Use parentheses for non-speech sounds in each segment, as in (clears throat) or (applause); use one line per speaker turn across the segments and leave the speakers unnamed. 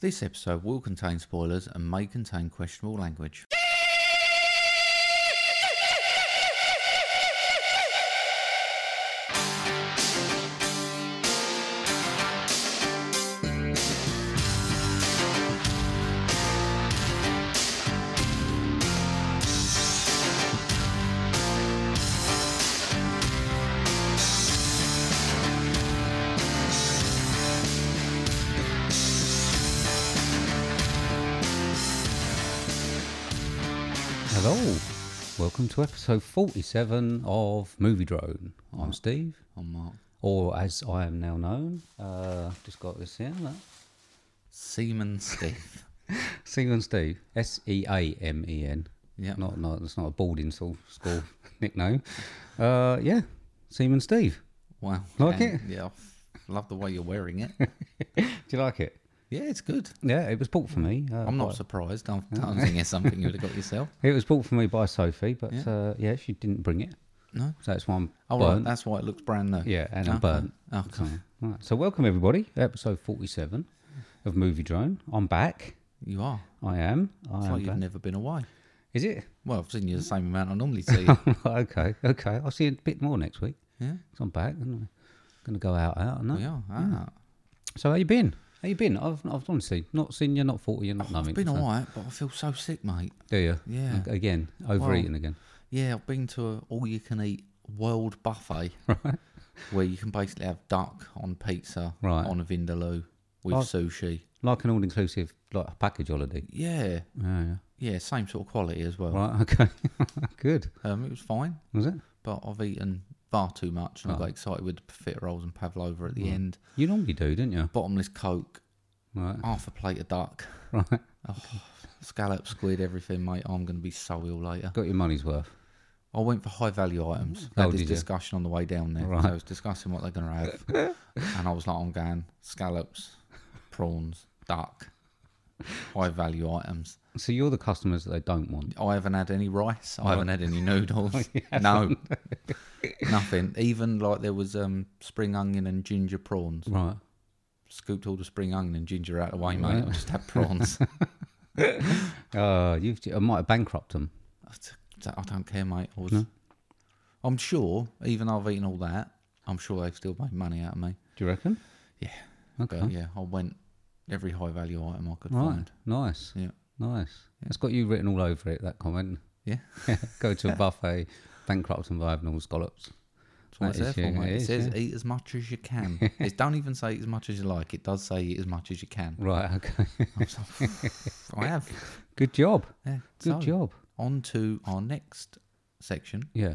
This episode will contain spoilers and may contain questionable language.
Hello, welcome to episode 47 of Movie Drone. I'm Steve,
I'm Oh, Mark.
or as I am now known, uh, just got this here, look.
Seaman
(laughs)
Steve.
Seaman Steve, S E A M E N.
Yep.
Not, not, it's not a boarding school, school (laughs) nickname. Uh, yeah, Seaman Steve.
Wow.
Like
And, Yeah. I love the way you're wearing
(laughs)
it.
Do you like it?
yeah, it's good.
Yeah, it was bought for me. Uh,
I'm
by-
not surprised.
(laughs)
I don't think it's something you would have got yourself.
It was bought for me by Sophie, but
Yeah.
yeah, uh, yeah she didn't bring it.
No.
So that's why I'm
Oh, right.
burnt.
That's why it looks brand new.
Yeah, and
Okay.
I'm burnt.
Oh,
So, right. so welcome everybody, episode forty-seven of Movie Drone. I'm back.
You are.
I am. I
It's
am
like you've
back.
never been away.
Is it? (laughs)
Well, I've seen you the same amount I normally see. you.
okay, okay. I'll see you a bit more next week.
yeah.
'cause I'm back. I'm going to go out, out, and that.
We are. Ah.
So how you been? How you been? I've, I've honestly not seen you, not thought you, not
I've
nothing.
Oh, been
so-
alright, but I feel so sick, mate.
Do you?
Yeah.
Ag- Again, overeating again.
Yeah, I've been to a all you can eat world buffet
(laughs) Right.
where you can basically have duck on pizza
Right.
on a vindaloo with
Oh.
sushi.
Like an all-inclusive, like a package holiday.
Yeah,
Yeah. yeah.
yeah, same sort of quality as well.
Right. (laughs) Okay. Good.
Um, it was fine,
Was it?
but I've eaten far too much and I
Right.
got excited with the profiteroles and pavlova at the end.
You normally do, didn't you?
Bottomless coke,
Right. (laughs)
half a plate of duck,
Right.
oh, scallop, squid, everything, mate. I'm going to be so ill later.
Got your money's worth.
I went for high value items. We had
Oh,
this
did you?
discussion on the way down there.
Right.
So I was discussing what they're going
(laughs)
to have. and I was like, I'm going scallops, prawns, duck, high value items.
So you're the customers that they don't want.
I haven't had any rice. I haven't had any
(laughs)
noodles. no, nothing. Even like there was um, spring onion and ginger prawns.
Right.
Scooped all the spring onion and ginger out of the way, mate. I just had
(laughs)
prawns.
Uh, you I might have bankrupt them.
I t- I don't care, mate. I was, I'm sure, even though I've eaten all that, I'm sure they've still made money out of me.
Do you reckon?
Yeah.
Okay.
But yeah, I went every high value item I could
Right.
find.
Nice.
Yeah.
Nice. It's got you written all over it, that comment.
Yeah.
(laughs) Go to a buffet, bankrupt and diagonal scallops.
That's what
That
it's
is,
there for,
yeah,
mate.
it
It,
is,
says
yeah.
eat as much as you
(laughs)
can. it don't even say eat as much as you like. It does say eat as much as you
(laughs)
can.
Right, okay.
I'm so- I have.
Good job.
Yeah,
(laughs) Good
so,
job.
On to our next section
Yeah.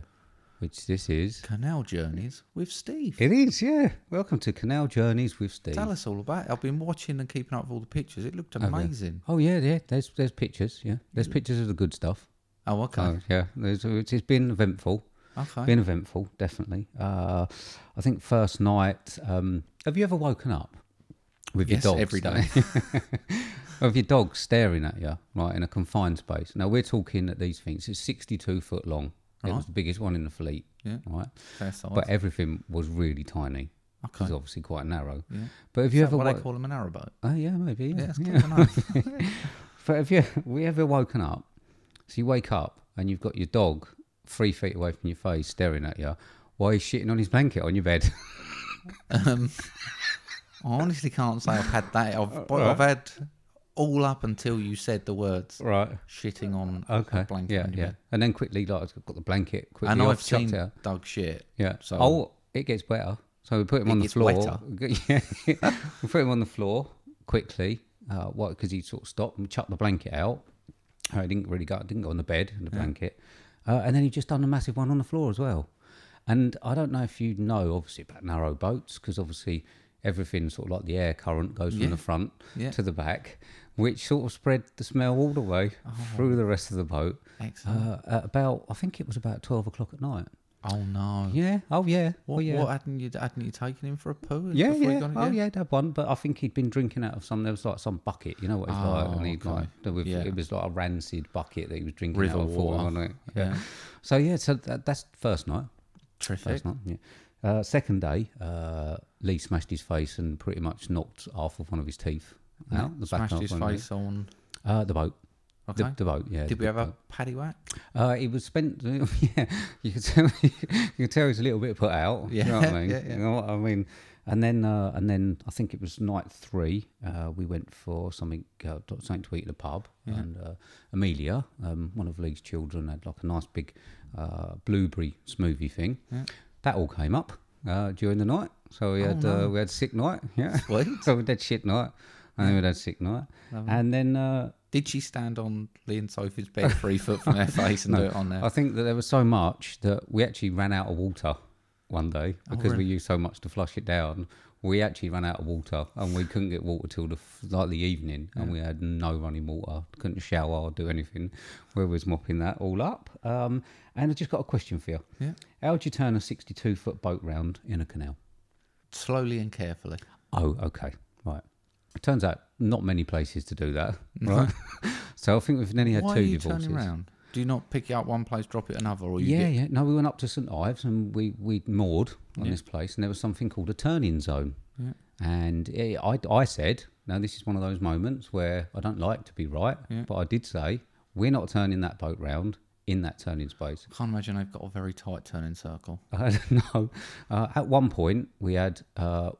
Which this is.
Canal Journeys with Steve.
It is, yeah. Welcome to Canal Journeys with Steve.
Tell us all about it. I've been watching and keeping up with all the pictures. It looked amazing.
Oh yeah, yeah. There's there's pictures, yeah. There's pictures of the good stuff.
Oh, okay.
Oh yeah. There's, it's it's been eventful.
okay.
Oh. Been eventful, definitely. Uh, I think first night. Um, have you ever woken up with
yes,
your dogs?
every day.
(laughs) of your dog staring at you, right, in a confined space. Now we're talking at these things. It's sixty-two foot long. It was the biggest one in the fleet,
Yeah.
right?
Fair size.
But everything was really tiny.
Okay.
It's obviously quite narrow.
Yeah.
But have you
Is that
ever?
what
Wo-
they call them an
(laughs)
arrowboat?
oh yeah, maybe.
Yeah,
Yeah.
that's close enough.
But have you? (laughs) We ever woken up? So you wake up and you've got your dog three feet away from your face staring at you while he's shitting on his blanket on your bed.
I honestly can't say I've had that.
(laughs)
I've, but I've had all up until you said the words
right.
shitting on a
Okay.
blanket.
Yeah,
on your
yeah.
bed.
And then quickly, like, I've got the blanket quickly
And
off,
I've
chucked
seen
it out.
Doug shit.
Yeah.
So-
oh, it gets better. So we put him on the
gets
floor.
wetter.
(laughs) yeah. we put him on the floor quickly. Uh, what? Because he sort of stopped and chucked the blanket out. Uh, He didn't really go. Didn't go on the bed and the blanket. Uh, and then he just done a massive one on the floor as well. And I don't know if you know, obviously, about narrow boats because obviously everything sort of like the air current goes
Yeah.
from the front
Yeah.
to the back, which sort of spread the smell all the way
Oh.
through the rest of the boat.
Excellent.
Uh, at about, I think it was about twelve o'clock at night.
oh no.
Yeah. Oh yeah.
What,
oh yeah.
what hadn't you hadn't you taken him for a poo?
yeah,
before he
yeah.
got it?
Oh, yeah, that one. But I think he'd been drinking out of some. There was like some bucket. You know what it's like.
Oh,
And he'd
okay.
like, there was-
Yeah.
it was like a rancid bucket that he was drinking
River
out of. for,
water.
wasn't it?
Yeah.
So yeah, so that, that's first night.
Terrific.
First night. Yeah. Uh, second day, uh, Lee smashed his face and pretty much knocked half of one of his teeth Well,
Yeah,
the back
Smashed
half
his
one,
face on.
Uh, the boat.
Okay.
The, the boat, yeah.
Did
the
we
big
have a
boat.
paddy whack?
(laughs) Uh, it was spent. (laughs) Yeah, you could tell. (laughs) You could tell he was a little bit put out. you know what I
Yeah, (laughs)
mean.
yeah, yeah.
You know what I mean. And then, uh, and then I think it was night three. Uh, we went for something, uh, t- something to eat at a pub. And uh, Amelia, um, one of Lee's children, had like a nice big uh, blueberry smoothie thing. That all came up uh, during the night. So
Oh,
we had uh, we had sick night. Yeah. (laughs)
Sweet.
so we had shit night, and then we had sick night, and then. Uh,
Did she stand on Lee and Sophie's bed three foot from
(laughs)
their face and do it on there?
I think that there was so much that we actually ran out of water one day because we used so much to flush it down. We actually ran out of water, and we couldn't get water till the f- like the evening, and we had no running water. Couldn't shower or do anything. We was mopping that all up. Um, and I just got a question for you.
Yeah.
How would you turn a sixty-two foot boat round in a canal?
Slowly and carefully.
Oh, okay, right. It turns out not many places to do that, right? (laughs) so I think we've nearly had
Why
two
are you
divorces.
turning round? Do you not pick it up one place, drop it another, or you
Yeah,
get
yeah. No, we went up to St Ives and we we moored on
Yeah.
this place, and there was something called a turning zone.
Yeah.
And eh, I I said, no, this is one of those moments where I don't like to be right,
Yeah.
but I did say we're not turning that boat round in that turning space.
I can't imagine they've got a very tight turning circle.
Uh, (laughs) no, uh, at one point we had uh,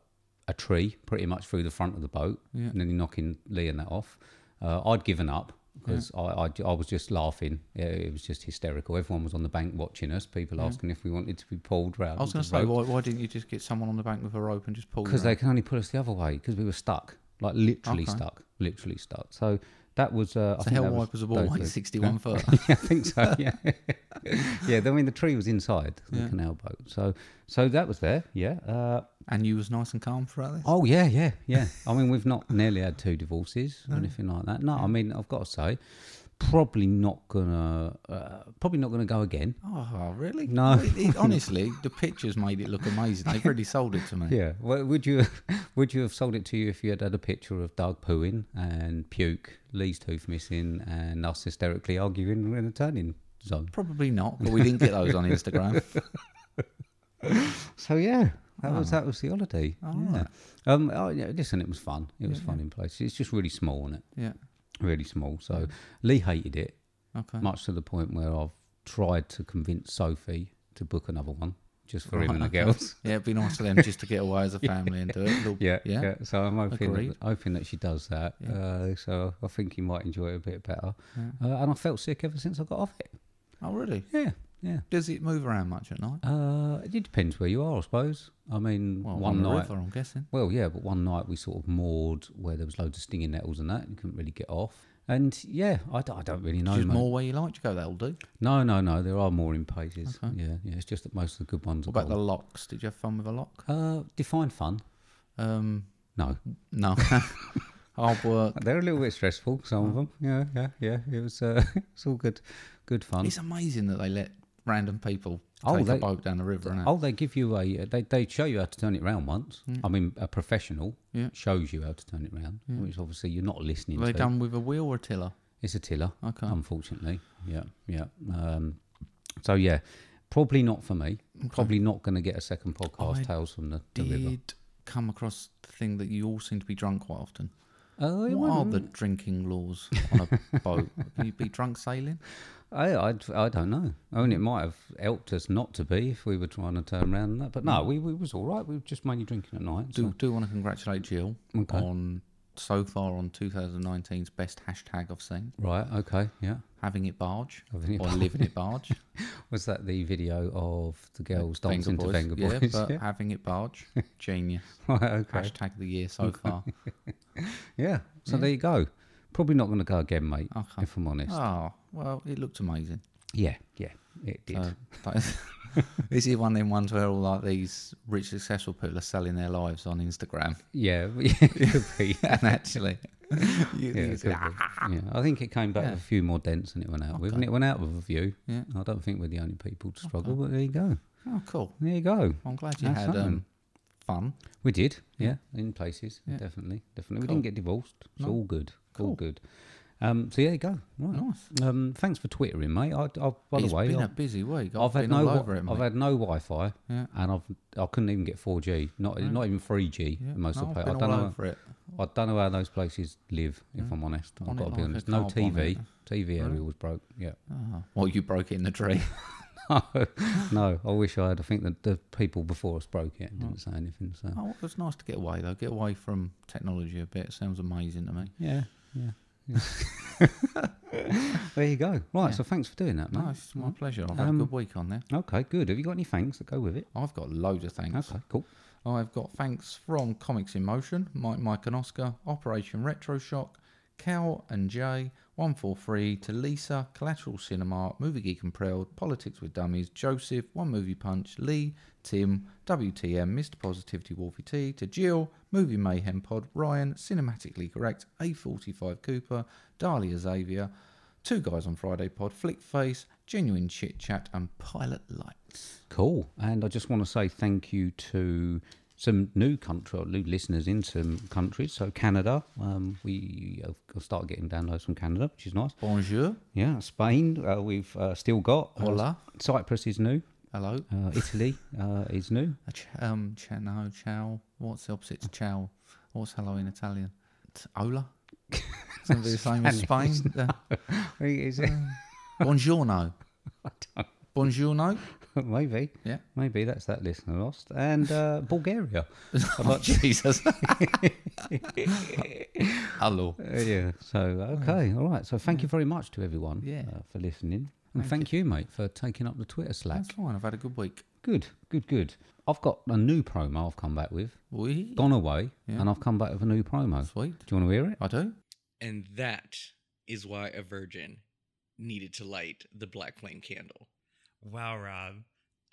a tree pretty much through the front of the boat,
Yeah.
and then knocking Lee and that off. Uh, I'd given up because I, I, I was just laughing. Yeah, it was just hysterical. Everyone was on the bank watching us. People asking if we wanted to be pulled round.
I was going to say, why, why didn't you just get someone on the bank with a rope and just pull?
because
them
they can only pull us the other way because we were stuck, like literally
Okay.
stuck, literally stuck. So that was. Uh, I
out?
think
the hell
that was
wipers of all
those
like
days. (laughs)
sixty-one foot.
yeah, (laughs) I think so.
(laughs)
Yeah, (laughs) yeah. I mean, the tree was inside the
Yeah.
canal boat, so so that was there. Yeah. Uh,
and you was nice and calm throughout this.
Oh yeah, yeah, (laughs) yeah. I mean, we've not nearly had two divorces or anything like that. No, I mean, I've got to say, probably not gonna, uh, probably not gonna go again.
Oh, really?
No.
It-
(laughs)
it- honestly, the pictures made it look amazing. They've really sold it to me.
Yeah. Well, would you, (laughs) would you have sold it to you if you had had a picture of Doug pooing and puke, Lee's tooth missing, and us hysterically arguing in a turning zone?
Probably not, but we didn't get those on
(laughs)
Instagram.
So yeah, that was that was the holiday.
Oh,
yeah. Ah. Um. Oh, yeah, listen, it was fun. It was fun in places. It's just really small, isn't it?
Yeah.
Really small. So Lee hated it.
Okay.
much to the point where I've tried to convince Sophie to book another one just for him (laughs) and
Right,
the
okay.
girls.
Yeah, it'd be nice for them just to get away
(laughs)
as a family and do it. Little-
Yeah,
Yeah.
yeah, So I'm hoping
Agreed.
that, hoping that she does that.
Yeah.
Uh, so I think he might enjoy it a bit better. Uh, and I felt sick ever since I got off it.
Oh, really?
Yeah, yeah.
Does it move around much at night?
Uh, it depends where you are, I suppose. I mean,
Well,
one
on the
night.
river, I'm guessing.
Well, yeah, but one night we sort of moored where there was loads of stinging nettles and that. You couldn't really get off. And yeah, I, d- I don't really know.
Just
mate.
more where you like to go, that'll do.
No, no, no. There are more in pages.
Okay.
Yeah, yeah. It's just that most of the good ones
What
are
about
gone.
the locks? Did you have fun with a lock?
Uh, define fun.
Um,
No, (laughs)
no. (laughs) Hard work.
they're a little bit stressful. Some of them. Yeah, yeah, yeah. It was. Uh, (laughs) it's all good, good fun.
It's amazing that they let random people
Oh,
take a
they-
boat down the river and
Oh, they give you a. uh, They they show you how to turn it round once. I mean, a professional
Yeah.
shows you how to turn it round, which obviously you're not listening
Were they
to.
done with a wheel or a tiller?
It's a tiller,
Okay.
unfortunately. Yeah, yeah. Um, so yeah, probably not for me. Probably not going to get a second podcast.
I
Tales from the, the river.
Did come across the thing that you all seem to be drunk quite often.
Oh, it
What are
wasn't-
the drinking
(laughs)
laws on a boat? Can you be drunk sailing?
I, I, I don't know. I mean, it might have helped us not to be if we were trying to turn around and that. But no, we, we was all right. We were just mainly drinking at night.
Mm. Do
So.
do want to congratulate Jill
Okay.
on so far on 2019's best hashtag I've seen.
Right. Okay. Yeah.
Having it barge
Having it
or living it
(laughs)
barge.
Was that the video of the girls dancing to Venga
Yeah,
Boys? (laughs)
but having it barge, genius.
Right,
(laughs)
okay.
Hashtag of the year so far.
(laughs) Yeah. So there you go. Probably not going to go again, mate.
Okay.
If I'm honest.
Oh, well, it looked amazing.
yeah. Yeah. It did.
So, (laughs) that is- this is one of them ones where all like these rich, successful people are selling their lives on Instagram.
(laughs)
(laughs)
yeah. it could be.
and actually, (laughs) you
Yeah,
think
it
it's-
could be. yeah, I think it came back
Yeah.
with a few more dents than it went out with, and it went out with a few.
Yeah.
I don't think we're the only people to struggle, but there you go.
oh, cool.
There you go.
I'm glad you
That's
had
something.
um, fun.
We did, yeah, in places,
Yeah.
definitely, definitely. We
Cool.
didn't get divorced. It's
No.
all good,
Cool.
all good. Um, so yeah, there you go. Right.
Nice.
Um, thanks for twittering, mate. I, I, by
It's
the way,
been
I,
a busy week. I've,
I've had
been
no,
all
wi-
over it, mate.
I've had no Wi-Fi,
Yeah.
and I've I couldn't even get 4G, not not even 3G.
Yeah,
in most
no,
of the
I've
pla- I
been
don't
all
know.
over it.
I don't know how those places live. If I'm honest, I've
On
got
it
to be
like a
honest. No
car bonnet.
TV. TV area was broke. Yeah. (laughs)
Oh, well, you broke it in the tree.
no, I wish I had. I think that the people before us broke it and didn't say anything. So
oh, it was nice to get away though. Get away from technology a bit. Sounds amazing to me.
yeah, yeah. yeah. (laughs) there you go. Right. So thanks for doing that, mate.
No, it's my pleasure. I've
Um,
had a good week on there.
Okay, good. Have you got any thanks that go with it?
I've got loads of thanks.
Okay, cool.
I've got thanks from Comics in Motion, Mike, Mike and Oscar, Operation Retro Shock, Cal and Jay, 143, to Lisa, Collateral Cinema, Movie Geek and Proud, Politics with Dummies, Joseph, One Movie Punch, Lee, Tim, WTM, Mr. Positivity Wolfie T, to Jill, Movie Mayhem Pod, Ryan, Cinematically Correct, A45 Cooper, Dahlia Xavier, Two Guys on Friday Pod, Flick Face, Genuine Chit Chat, and Pilot Lights.
Cool. And I just want to say thank you to some new country or new listeners in some countries. So Canada, um, we uh, start getting downloads from Canada, which is nice.
Bonjour.
Yeah, Spain, uh, we've uh, still got. Uh,
Hola.
Cyprus is new.
Hello.
Uh, Italy uh, is (laughs) new.
A ch- um, ch- no, chow. What's the opposite to chow? What's hello in Italian? It's (laughs) ola. It's going to be the same as Spain. Uh,
Is it?
(laughs) buongiorno. Buongiorno.
(laughs) maybe.
Yeah.
Maybe that's that listener lost. And uh, Bulgaria.
(laughs) Oh, Jesus. hello.
Uh, yeah. So okay, all right. So thank you very much to everyone
Yeah.
uh, for listening, and thank you, mate, for taking up the Twitter slack.
That's fine. I've had a good week.
Good, good, good. I've got a new promo I've come back with.
We
Gone away,
Yeah.
and I've come back with a new promo.
sweet.
Do you want to hear it?
I do.
And that is why a virgin needed to light the black flame candle.
Wow, Rob.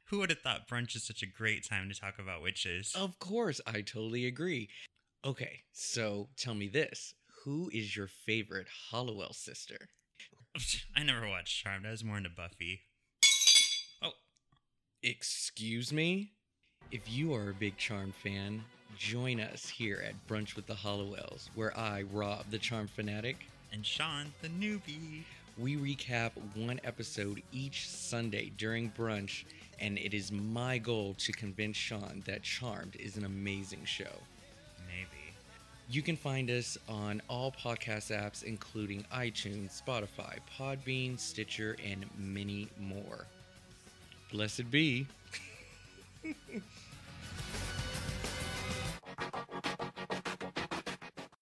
Who would have thought brunch is such a great time to talk about witches?
Of course, I totally agree. Okay, so tell me this who is your favorite Hollowell sister?
(laughs) I never watched Charmed. I was more into Buffy. Oh,
Excuse me? If you are a big Charm fan, join us here at Brunch with the Hollowells, where I, Rob, the Charm Fanatic,
and Sean, the newbie.
We recap one episode each Sunday during brunch, and it is my goal to convince Sean that Charmed is an amazing show.
Maybe.
You can find us on all podcast apps, including iTunes, Spotify, Podbean, Stitcher, and many more. Blessed be.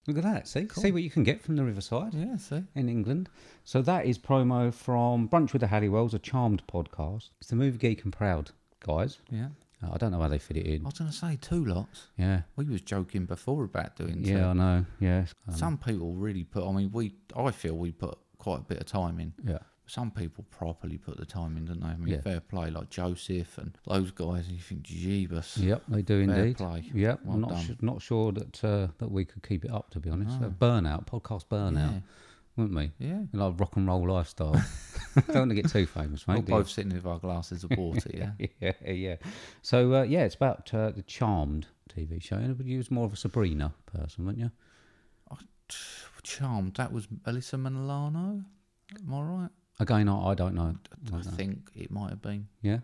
Look at that. See, see what you can get from the Riverside
Yeah, see.
in England. So that is promo from Brunch with the Halliwells, a Charmed podcast. It's the movie Geek and Proud guys.
Yeah.
Uh, I don't know how they fit it
I
in.
was going to say two lots.
Yeah,
We was joking before about doing
yeah, I
two.
know. Yeah, it's- um,
Some people really put, I mean, we, I feel we put quite a bit of time in.
yeah.
some people properly put the time in, don't they? I mean,
Yeah.
fair play, like Joseph and those guys. You think, jeebus.
Yep, they do
Fair
indeed.
play.
Yep,
Well
I'm not
done.
su- not sure that uh, that we could keep it up. To be honest, A burnout podcast burnout,
Yeah.
wouldn't we?
Yeah.
Like rock and roll
(laughs)
lifestyle. (laughs) Don't want to get too famous,
We're
mate. do you?
both sitting with our glasses of water, yeah.
(laughs) yeah, yeah. So uh, yeah, it's about uh, the Charmed TV show. And you was more of a Sabrina person, weren't you?
Charmed. That was Alyssa Milano. Am I right?
Again, I, I don't know.
I think it might have been.
Yeah.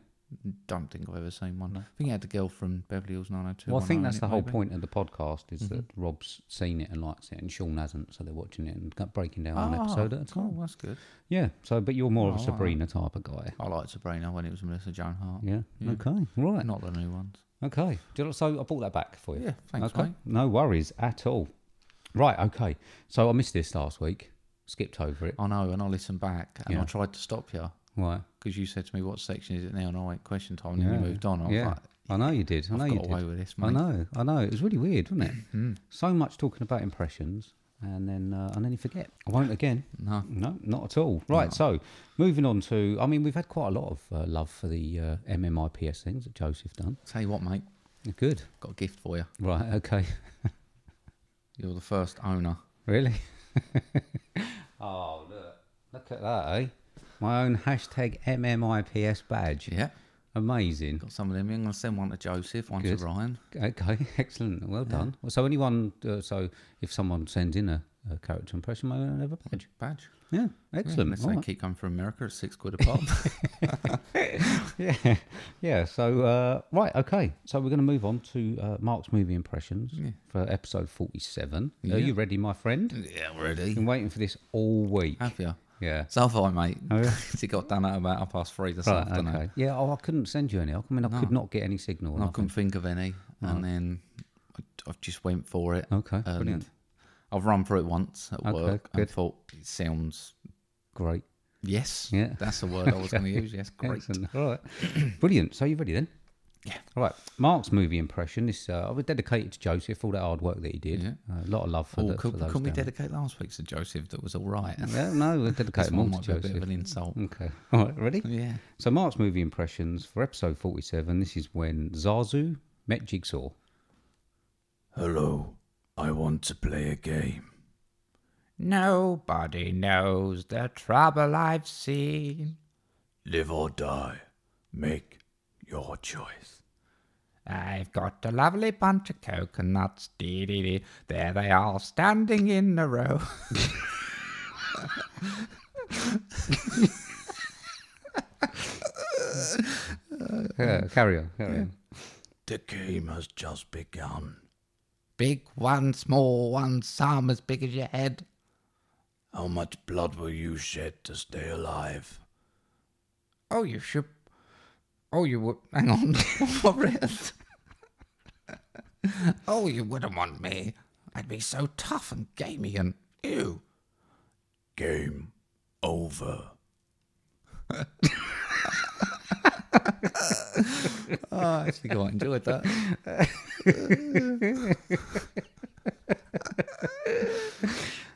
Don't think I've ever seen one. I think it had the girl from Beverly Hills 902.
Well, I think that's the whole point of the podcast is that
Mm-hmm.
Rob's seen it and likes it, and Sean hasn't, so they're watching it and got- breaking down one episode at a time.
Oh, that's good.
Yeah. So, but you're more of
Oh, all
a
right.
Sabrina type of guy.
I liked Sabrina when it was Melissa Joan Hart.
Yeah. Okay. Right.
Not the new ones.
Okay. Do you know- So I bought that back for you.
Yeah, thanks,
okay.
mate.
No worries at all. Right. Okay. So I missed this last week. Skipped over it.
I know, and I listened back and I
Yeah.
tried to stop you
Right.
because you said to me, What section is it now? And I went, Question time. And then you moved on. I was
yeah.
like,
I know you did. I know
I've
you
got
did.
away with this,
I
mate. Hmm.
know. I know. It was really weird, wasn't
(clears throat)
it? So much talking about impressions, and then uh, and then you forget. I won't again.
No.
No, not at all. Right. So moving on to. I mean, we've had quite a lot of uh, love for the uh, MMIPS things that Joseph done.
Tell you what, mate,
Good.
got a gift for you.
Right. Okay.
You're the first owner.
Really? (laughs) oh, look. Look at that, eh? My own hashtag MMIPS badge.
Yeah.
Amazing.
Got some of them. I'm going to send one to Joseph, one
Good.
to Ryan.
(laughs) Okay, excellent. Well done. Well, so anyone, uh, so if someone sends in a, uh, character impression moment and ever badge.
Badge.
Yeah, excellent.
Unless
All
they
right.
keep coming from America at six quid a pop.
(laughs)
(laughs)
yeah, yeah. So uh, right, okay. So we're going to move on to uh, Mark's movie impressions for episode forty-seven. Are you ready, my friend?
yeah, already.
Been waiting for this all week.
Have you?
Yeah.
So have I, mate.
Oh, yeah.
(laughs) it got done at about half past three this
Right,
afternoon.
okay. Yeah, oh, I couldn't send you any. I mean, I could not get any signal. or
And I
nothing.
couldn't think of any, and then I, I just went for it.
Okay,
and
brilliant.
I've run through it once at
Okay,
work
good.
and thought it sounds
Great.
yes.
Yeah.
that's the word I was going
(laughs)
to use. Yes, great.
Excellent. All right. (clears throat) Brilliant. So you ready then? Yeah. All right. Mark's movie impression is uh, I was dedicated to Joseph for all that hard work that he did.
Yeah.
Uh, a lot of love for,
Oh,
the,
could,
for those.
couldn't we
down there.
dedicate last week's to Joseph? That was all right.
Yeah, no, we
(laughs) This
dedicated more
one
to
might be a bit
Joseph.
of
Mm.
an insult.
Okay. All right. Ready?
Yeah.
So Mark's movie impressions for episode forty-seven. This is when Zazu met Jigsaw.
Hello, I want to play a game. Nobody knows the trouble I've seen.
Live or die. Make your choice.
I've got a lovely bunch of coconuts. Dee dee dee. There they are, standing in a row. (laughs)
Yeah, carry on. Carry on.
The game has just begun.
Big one, small one, some as big as your head.
How much blood will you shed to stay alive?
Oh, you should. Oh, you would. (laughs) Hang on. What is- oh, you wouldn't want me. I'd be so tough and gamey and. Ew.
Game over.
Oh, I actually quite enjoyed that. Uh,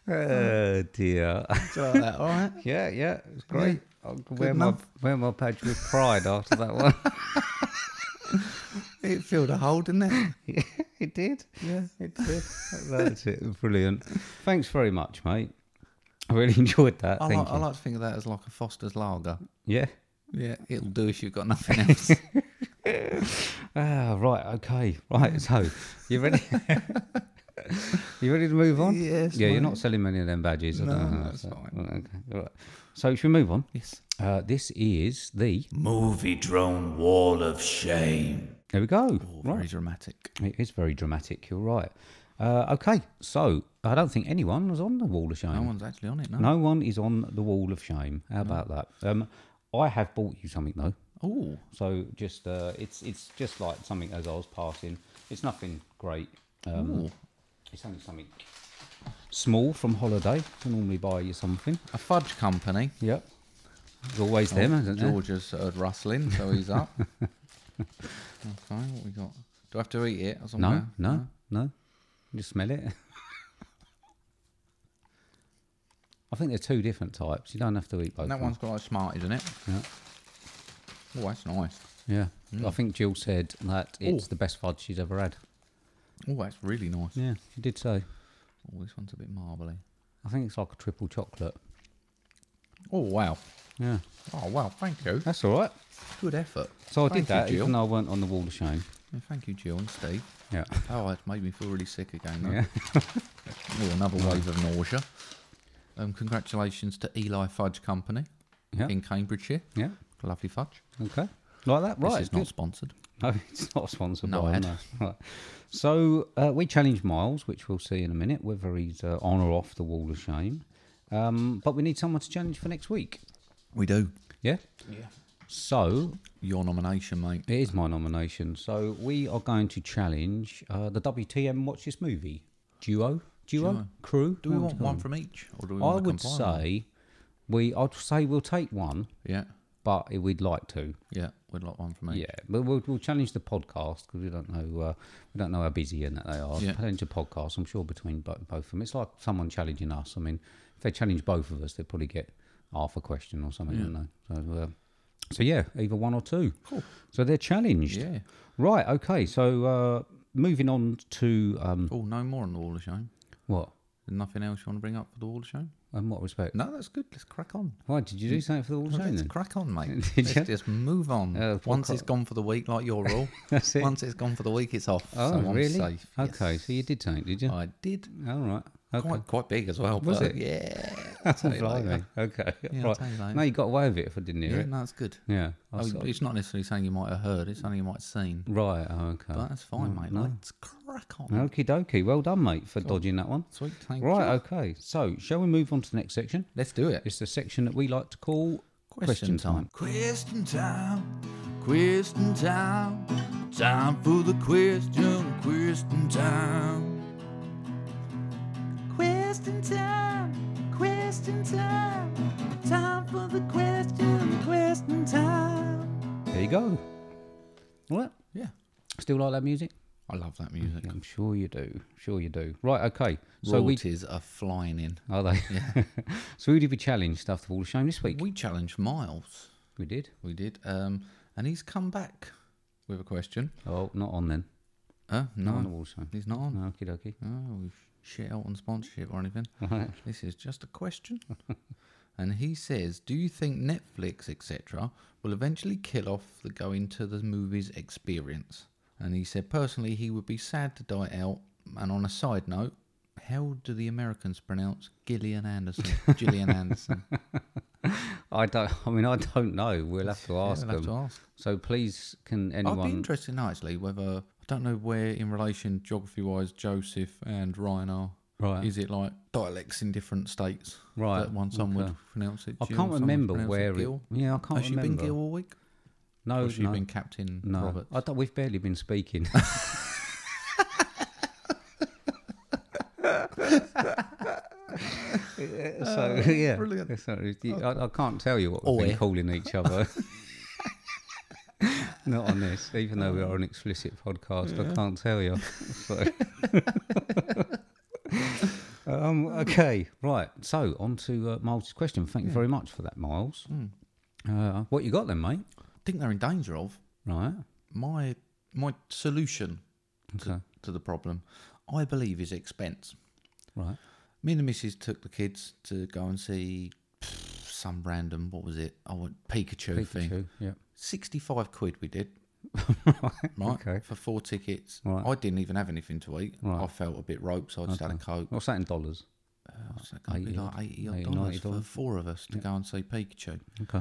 Oh dear. (laughs)
Enjoyed that, all right?
Yeah, yeah, it's great. I'll wear
enough.
my wear my badge with pride after that one.
It filled a hole, didn't (laughs) it?
Yeah, it did. Yeah, it (laughs) did. That's it. Brilliant. Thanks very much, mate. I really (laughs) enjoyed that.
I
Thank
like, I
you.
like to think of that as like a Foster's lager.
Yeah.
Yeah, it'll do if you've got (laughs) nothing else.
Ah, right. Okay. Right. So,
(laughs)
you ready? (laughs) you ready to move on?
Yes,
Yeah, you're
mate.
not selling many of them badges. I
No,
don't know.
that's
So-
fine.
Okay. All right. So, should we move on?
yes.
Uh, this is the.
Movie drone wall of shame.
There we go.
Oh, Very
Right.
dramatic.
It is very dramatic. You're right. Uh, okay. So, I don't think anyone was on the wall of shame.
No one's actually on it, no.
No one is on the wall of shame. How about that? Um, I have bought you something though.
Oh,
So just uh, it's it's just like something as I was passing. It's nothing great. Um, it's only something small from holiday. I normally buy you something.
a fudge company.
Yep. There's always
Oh,
them, isn't there?
George's heard rustling, so he's up.
(laughs)
okay, what we got? Do I have to eat it? Or something?
No, no, no. You just smell it. (laughs) I think they're two different types. You don't have to eat both.
That
of them.
one's got like Smarties in it.
Yeah.
Oh, that's nice.
Yeah. I think Jill said that it's the best fudge she's ever had.
Oh, that's really nice.
Yeah, she did say.
Oh, this one's a bit marbly.
I think it's like a triple chocolate.
Oh, wow.
Yeah,
Oh, wow. Thank you.
that's all right.
Good effort.
So I
Thank
did that,
you, Jill.
even though I weren't on the wall of shame.
Yeah, Thank you, Jill and Steve.
(laughs) Yeah,
Oh, it's made me feel really sick again. Though.
yeah.
Oh, another wave of nausea. Um, congratulations to Eli Fudge Company
Yeah.
in Cambridgeshire.
yeah.
Lovely fudge.
Okay, like that, right?
this is
good.
not sponsored.
(laughs) No, it's not sponsored
No
by
ad.
no. Right. So uh, we challenge Miles, which we'll see in a minute, whether he's uh, on or off the wall of shame. Um, but we need someone to challenge for next week.
We do.
Yeah. Yeah. So
Your nomination, mate.
it is my nomination. So we are going to challenge uh, the WTM Watch This Movie duo, duo, crew.
Do we
What
want
do you
one
call
from each, or do we
them? I
want to
would
combine them?
say we. I'd say we'll take one.
Yeah,
but it- we'd like to.
yeah, we'd like one from each.
Yeah, but we'll, we'll challenge the podcast because we don't know uh, we don't know how busy and that they are.
Yeah.
Challenge a podcast, I'm sure between bo- both of them, it's like someone challenging us. I mean, if they challenge both of us, they'd probably get half a question or something, don't they? So, uh, so yeah, either one or two. Cool. So they're challenged.
Yeah.
Right. Okay. So uh, moving on to um,
Oh, no more on the wall of shame.
what?
Nothing else you want to bring up for the wall of shame?
In what respect?
No, that's good. Let's crack on.
Why did you do something for the wall of shame
Let's
then?
crack on, (laughs) mate.
Did
Let's
ya?
just move on.
Uh,
Once
podcast-
it's gone for the week, like your (laughs) rule.
That's it.
Once it's gone for the week, it's off.
oh,
so I'm
really?
safe.
Okay.
Yes.
So you did something, did you?
I did.
All right. Okay.
Quite quite big as well.
Was
but
it? (laughs)
Yeah.
Oh,
tell you later.
blimey. Okay.
Yeah, I'll
right.
tell you later.
No, you got away with it if I didn't hear
Yeah,
it.
no, it's good.
Yeah. I
I mean,
sort of-
it's not necessarily something you might have heard. It's something you might have seen.
right. Oh, okay.
But that's fine,
Oh,
mate.
No.
Let's crack on.
Okie dokie. Well done, mate, for dodging that one.
Sweet, thank
Right.
you.
Okay. So, shall we move on to the next section?
Let's do it.
It's the section that we like to call
Question time.
Question time, question time, time for the question, question time. Question time, question time, time for the question, question time.
There you go. All right.
Yeah.
Still like that music?
I love that music.
I'm sure you do. Sure you do. Right. Okay. So we
Royalties are flying in.
are they? (laughs) so who did we challenge? Stuff the wall of shame this week.
We challenged Miles.
We did.
We did. Um, and he's come back with a question.
Oh, not on then.
Uh,
Not on
no,
the wall of shame.
he's not on.
No, okie dokie.
Oh, we shit out on sponsorship or anything. This is just a question.
(laughs)
and he says, "Do you think Netflix, etc., will eventually kill off the going to the movies experience?" And he said, personally, he would be sad to die out. And on a side note, how do the Americans pronounce Gillian Anderson?
(laughs)
Gillian Anderson.
I don't. (laughs) I mean, I don't know. We'll have to
Yeah,
ask
we'll have
them.
to ask.
So please, can
I'd be
anyone?
interested now, actually, whether I don't know where, in relation geography-wise, Joseph and Ryan are. Uh,
Right.
Is it like dialects in different states?
Right,
That one some
okay.
would pronounce it.
I
Jill,
can't
some would
remember
pronounce it
where it-
Gil.
yeah, I can't
Has she been
remember.
Gil all week?
no,
Or has she
no,
been Captain
no.
Roberts?
I thought we've barely been
(laughs)
speaking. so (laughs) yeah,
Oh, brilliant. Oh.
So, you- I, I can't tell you what we've
Oi.
been calling each
(laughs)
other. (laughs) Not on this, even though we are an explicit podcast, I can't tell you.
(laughs)
So. (laughs) um, okay, right. So on to uh, Miles' question. Thank you very much for that, Miles.
Mm.
Uh, what you got then, mate?
think they're in danger of.
Right.
My my solution
Okay.
to the problem, I believe, is expense.
Right.
Me and the missus took the kids to go and see pff, some random, what was it? I went Pikachu, thing.
Pikachu. Yeah.
65 quid
(laughs)
we did. right.
Okay.
For four tickets.
Right.
I didn't even have anything to eat.
Right.
I felt a bit rope, so I just had a Coke.
What's that in dollars?
What's that going to be
80 odd,
like? 80 odd
80,
dollars
90
for the
dollars.
four of us to go and see Pikachu.
Okay.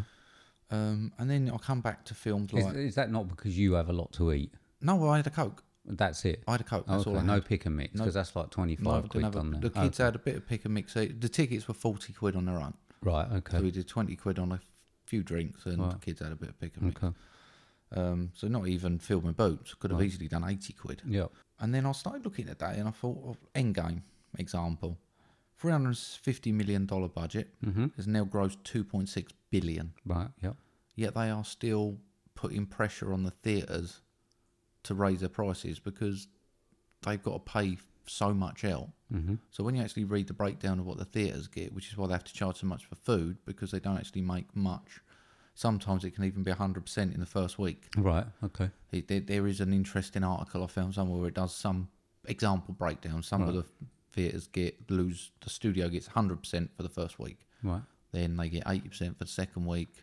Um, and then I come back to films
Is,
like.
is that not because you have a lot to eat?
No, I had a Coke.
That's it.
I had a Coke. That's
okay.
all I
no
had.
pick and mix
No-
because that's like twenty
No, I
five
didn't
quid
have a-
on there.
the kids had a bit of pick and mix. each. The tickets were 40 quid on their own.
right.
So we
Okay.
did 20 quid on a f- few drinks and the kids had a bit of pick and mix.
Okay.
Um, so not even fill my boots. Could have easily done 80 quid.
Yeah.
And then I started looking at that and I thought, of Endgame, example. $350 million budget has now grossed 2.6 billion.
Right. Yeah.
Yet they are still putting pressure on the theatres to raise their prices because they've got to pay so much out. Mm-hmm. So when you actually read the breakdown of what the theatres get, which is why they have to charge so much for food because they don't actually make much. Sometimes it can even be 100% in the first week.
Right. Okay.
It, there, there is an interesting article I found somewhere where it does some example breakdown. Some of the theatres get lose the studio gets hundred percent for the first week,
Right.
then they get eighty percent for the second week,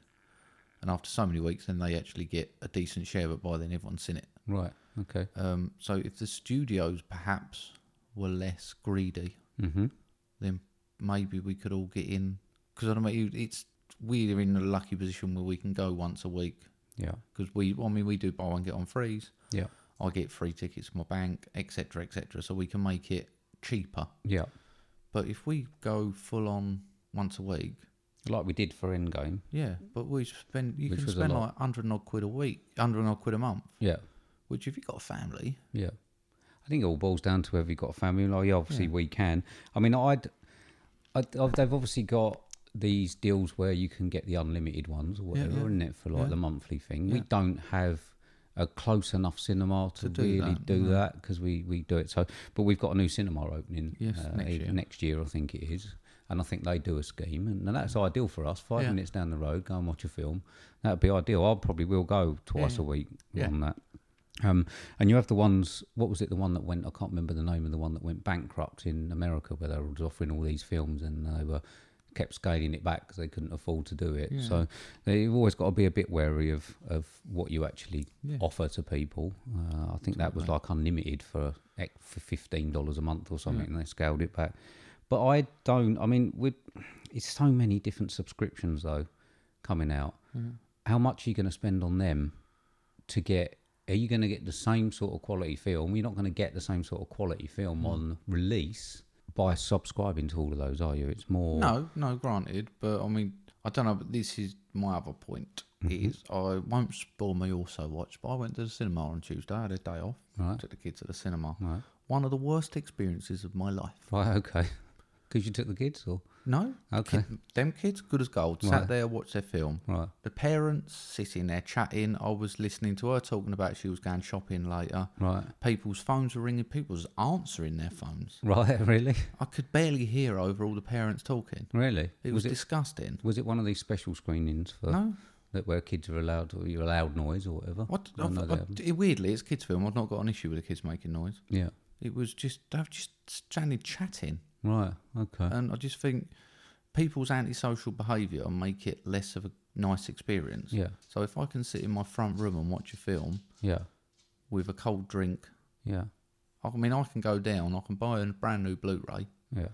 and after so many weeks, then they actually get a decent share. But by then, everyone's seen it.
Right. Okay.
Um, so if the studios perhaps were less greedy,
Mhm.
then maybe we could all get in. Because I don't know, you- it's we're in a lucky position where we can go once a week.
Yeah.
Because we, I mean, we do buy one get on freeze.
Yeah.
I get free tickets from my bank, etc., etc. So we can make it cheaper.
Yeah.
But if we go full on once a week,
Like we did for Endgame.
yeah. But we spend you
Which
can
was a
spend
lot.
like hundred and odd quid a week, hundred and odd quid a month.
Yeah.
Which if you've got a family,
Yeah. I think it all boils down to whether you've got a family. Like, yeah, obviously we can. I mean, I'd, I'd, I've- they've obviously got these deals where you can get the unlimited ones or whatever,
yeah.
isn't it, for like
Yeah.
the monthly thing. We don't have a close enough cinema to,
do
really
that,
do that because we, we do it so. But we've got a new cinema opening
Yes, next
e-
year.
next year, I think it is. And I think they do a scheme, and, and that's ideal for us. Five
Yeah.
minutes down the road, go and watch a film. That'd be ideal. I probably will go twice a week
Yeah.
on that. Um, and you have the ones. What was it? The one that went. I can't remember the name of the one that went bankrupt in America, where they were offering all these films and they were kept scaling it back because they couldn't afford to do it. So you've always got to be a bit wary of of what you actually offer to people. Uh, I think that was like unlimited for ec- for fifteen dollars a month or something, and they scaled it back. But I don't. I mean, with it's so many different subscriptions though coming out. How much are you going to spend on them to get? Are you going to get the same sort of quality film? You're not going to get the same sort of quality film
Hmm.
on release by subscribing to all of those, are you? It's more
No, no, granted, but I mean, I don't know. But this is my other point:
Mm-hmm.
is I won't spoil my also watch, but I went to the cinema on Tuesday. I had a day off.
Right.
Took the kids to the cinema. One of the worst experiences of my life.
(laughs) right. Okay, (laughs) because you took the kids or
No, the
Okay.
kid- them kids, good as gold, sat there watched their film.
right.
The parents sitting there chatting. I was listening to her talking about she was going shopping later.
Right.
People's phones were ringing. People's answering their phones.
Right, (laughs) really?
I could barely hear over all the parents talking.
Really?
It was,
was it
disgusting.
was it one of these special screenings for
No,
that where kids are allowed or you're allowed noise or whatever?
What?
I know
I've-
they
I-
haven't.
it- weirdly, it's a kids' film. I've not got an issue with the kids making noise.
Yeah.
It was just they've just standing chatting,
Right. Okay.
and I just think people's antisocial behaviour make it less of a nice experience.
Yeah.
So if I can sit in my front room and watch a film
yeah.
with a cold drink,
Yeah.
I mean, I can go down. I can buy a brand new Blu-ray,
Yeah.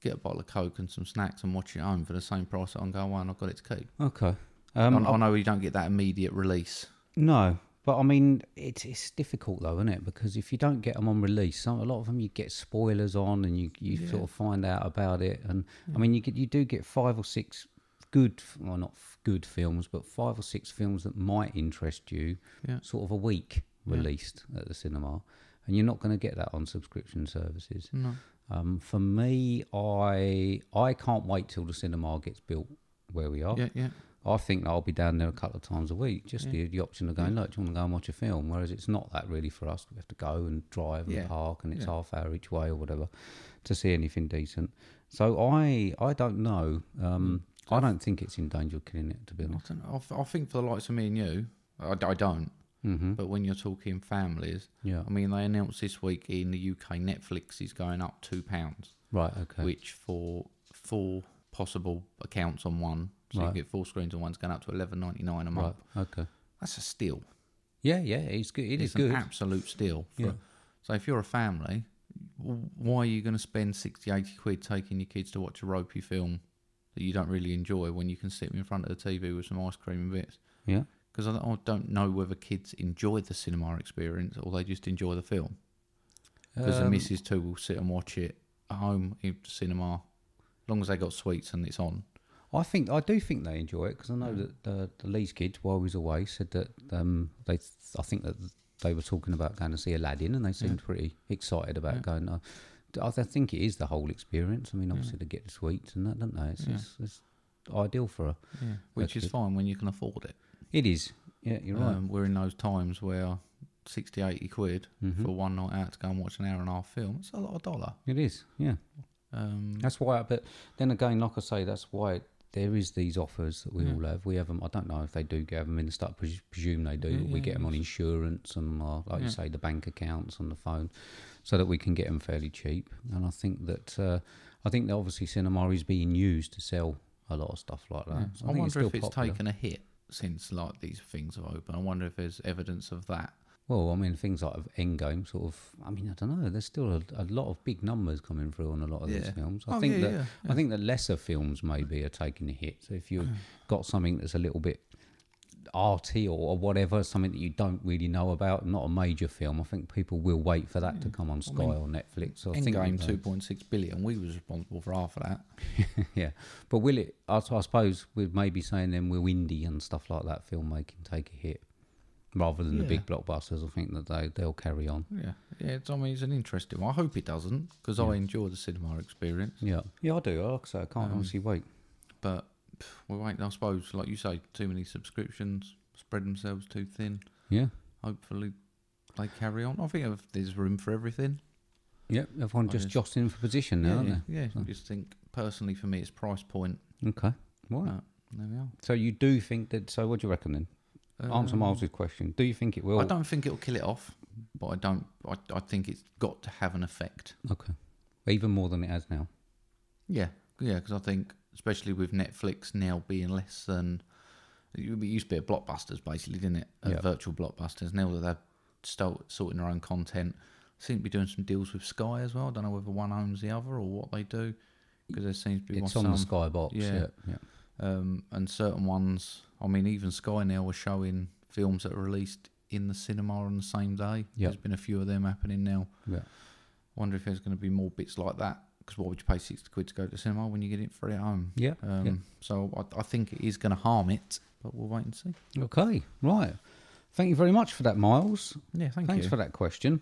get a bottle of Coke and some snacks, and watch it at home for the same price. I can go away and I've got it to keep.
Okay.
I,
Um,
I know you don't get that immediate release.
no, but I mean, it's it's difficult though, isn't it? Because if you don't get them on release, some, a lot of them you get spoilers on, and you, you sort of find out about it. And I mean, you get you do get five or six good, f- well, not f- good films, but five or six films that might interest you,
Yeah.
sort of a week released at the cinema, and you're not going to get that on subscription services.
No.
Um, for me, I I can't wait till the cinema gets built where we are.
Yeah, yeah.
I think that I'll be down there a couple of times a week. Just the, the option of going, look, do you want to go and watch a film? Whereas it's not that really for us. We have to go and drive and
Yeah.
park, and it's
Yeah.
half hour each way or whatever to see anything decent. So I I don't know. Um,
Mm.
I don't think it's in danger of killing it. To be
I
honest,
don't know. I, th- I think for the likes of me and you, I, d- I don't.
Mhm.
But when you're talking families,
Yeah.
I mean, they announced this week in the UK Netflix is going up two pounds,
right? Okay.
which for four possible accounts on one, so you
Right.
can get four screens on one's going up to eleven ninety nine a
right.
month.
Okay.
That's a steal.
Yeah, yeah. It's good. it's
it's an
good.
absolute steal. for-
Yeah.
So if you're a family, w- why are you going to spend 60, 80 quid taking your kids to watch a ropey film that you don't really enjoy when you can sit in front of the TV with some ice cream and bits?
Yeah.
because I, I don't know whether kids enjoy the cinema experience or they just enjoy the film. Because
Um,
the missus too will sit and watch it at home in the cinema, as long as they got sweets and it's on.
I think I do think they enjoy it because I know that the, the Lee's kids, while he was away, said that um, they th- I think that they were talking about going to see Aladdin, and they seemed pretty excited about going. Uh, d- I th- think it is the whole experience. I mean, obviously they get the sweets and that, don't they? It's, it's, it's ideal for a.
Which is
kid.
fine when you can afford it.
It is. Yeah, you're right.
Um, we're in those times where 60, 80 quid
Mm-hmm.
for one night out to go and watch an hour and a half film, it's a lot of dollar.
It is. Yeah.
Um,
That's why, but then again, like I say, that's why there is these offers that we all have. We have them. I don't know if they do get them in the start. pres- Presume they do. we get them on insurance and, uh, like you say, the bank accounts on the phone, so that we can get them fairly cheap. And I think that uh, I think that obviously cinema is being used to sell a lot of stuff like that. So
I,
think
wonder if
still
it's
popular.
taken a hit since like these things have opened. I wonder if there's evidence of that.
Well, I mean, things like Endgame, sort of. I mean, I don't know. There's still a, a lot of big numbers coming through on a lot of these
Yeah.
films. I
Oh,
think
yeah,
that
yeah, Hmm.
I think that lesser films maybe are taking a hit. So if you've got something that's a little bit arty or, or whatever, something that you don't really know about, not a major film, I think people will wait for that to come on Sky or Netflix. I think
Hmm. Endgame
that-
2.6 billion, we was responsible for half of that.
(laughs) yeah, but will it? I, I suppose we may be saying then will indie and stuff like that filmmaking take a hit rather than the
Yeah.
big blockbusters? I think that they they'll carry on.
Yeah, yeah. It's, I mean, it's an interesting one. I hope it doesn't because I enjoy the cinema experience.
Yeah, Um, yeah, I do. Like I say, I can't honestly wait.
But pff, we wait. I suppose, like you say, too many subscriptions spread themselves too thin.
Yeah,
Hopefully, they carry on. I think if there's room for everything.
yeah. Everyone just
guess.
jostling for position now,
yeah,
aren't
yeah. I just think personally for me, it's price point.
they? Okay. Right.
But there we are.
So you do think that? So what do you reckon then? Answer Miles' question. Do you think it will?
I don't think it'll kill it off, but I don't. I, I think it's got to have an effect.
Okay. Even more than it has now.
Yeah, yeah, because I think especially with Netflix now being less than it used to be a blockbusters basically, didn't it? Uh,
Yeah.
Virtual blockbusters. Now that they're still sorting their own content,
Seem to be doing some deals with Sky as well. I don't know whether one owns the other or what they do, because there seems to be
It's
one,
on the
some-
skybox.
yeah.
Yeah. yeah.
um, and certain ones. I mean, even Sky now are showing films that are released in the cinema on the same day. There's been a few of them happening now.
Yeah.
Wonder if there's going to be more bits like that. Because why would you pay sixty quid to go to the cinema when you get it free at home?
Yeah,
Um,
yeah.
So I, I think it is going to harm it, but we'll wait and see.
Okay, right. Thank you very much for that, Miles.
Yeah, thank
Thanks
you.
for that question.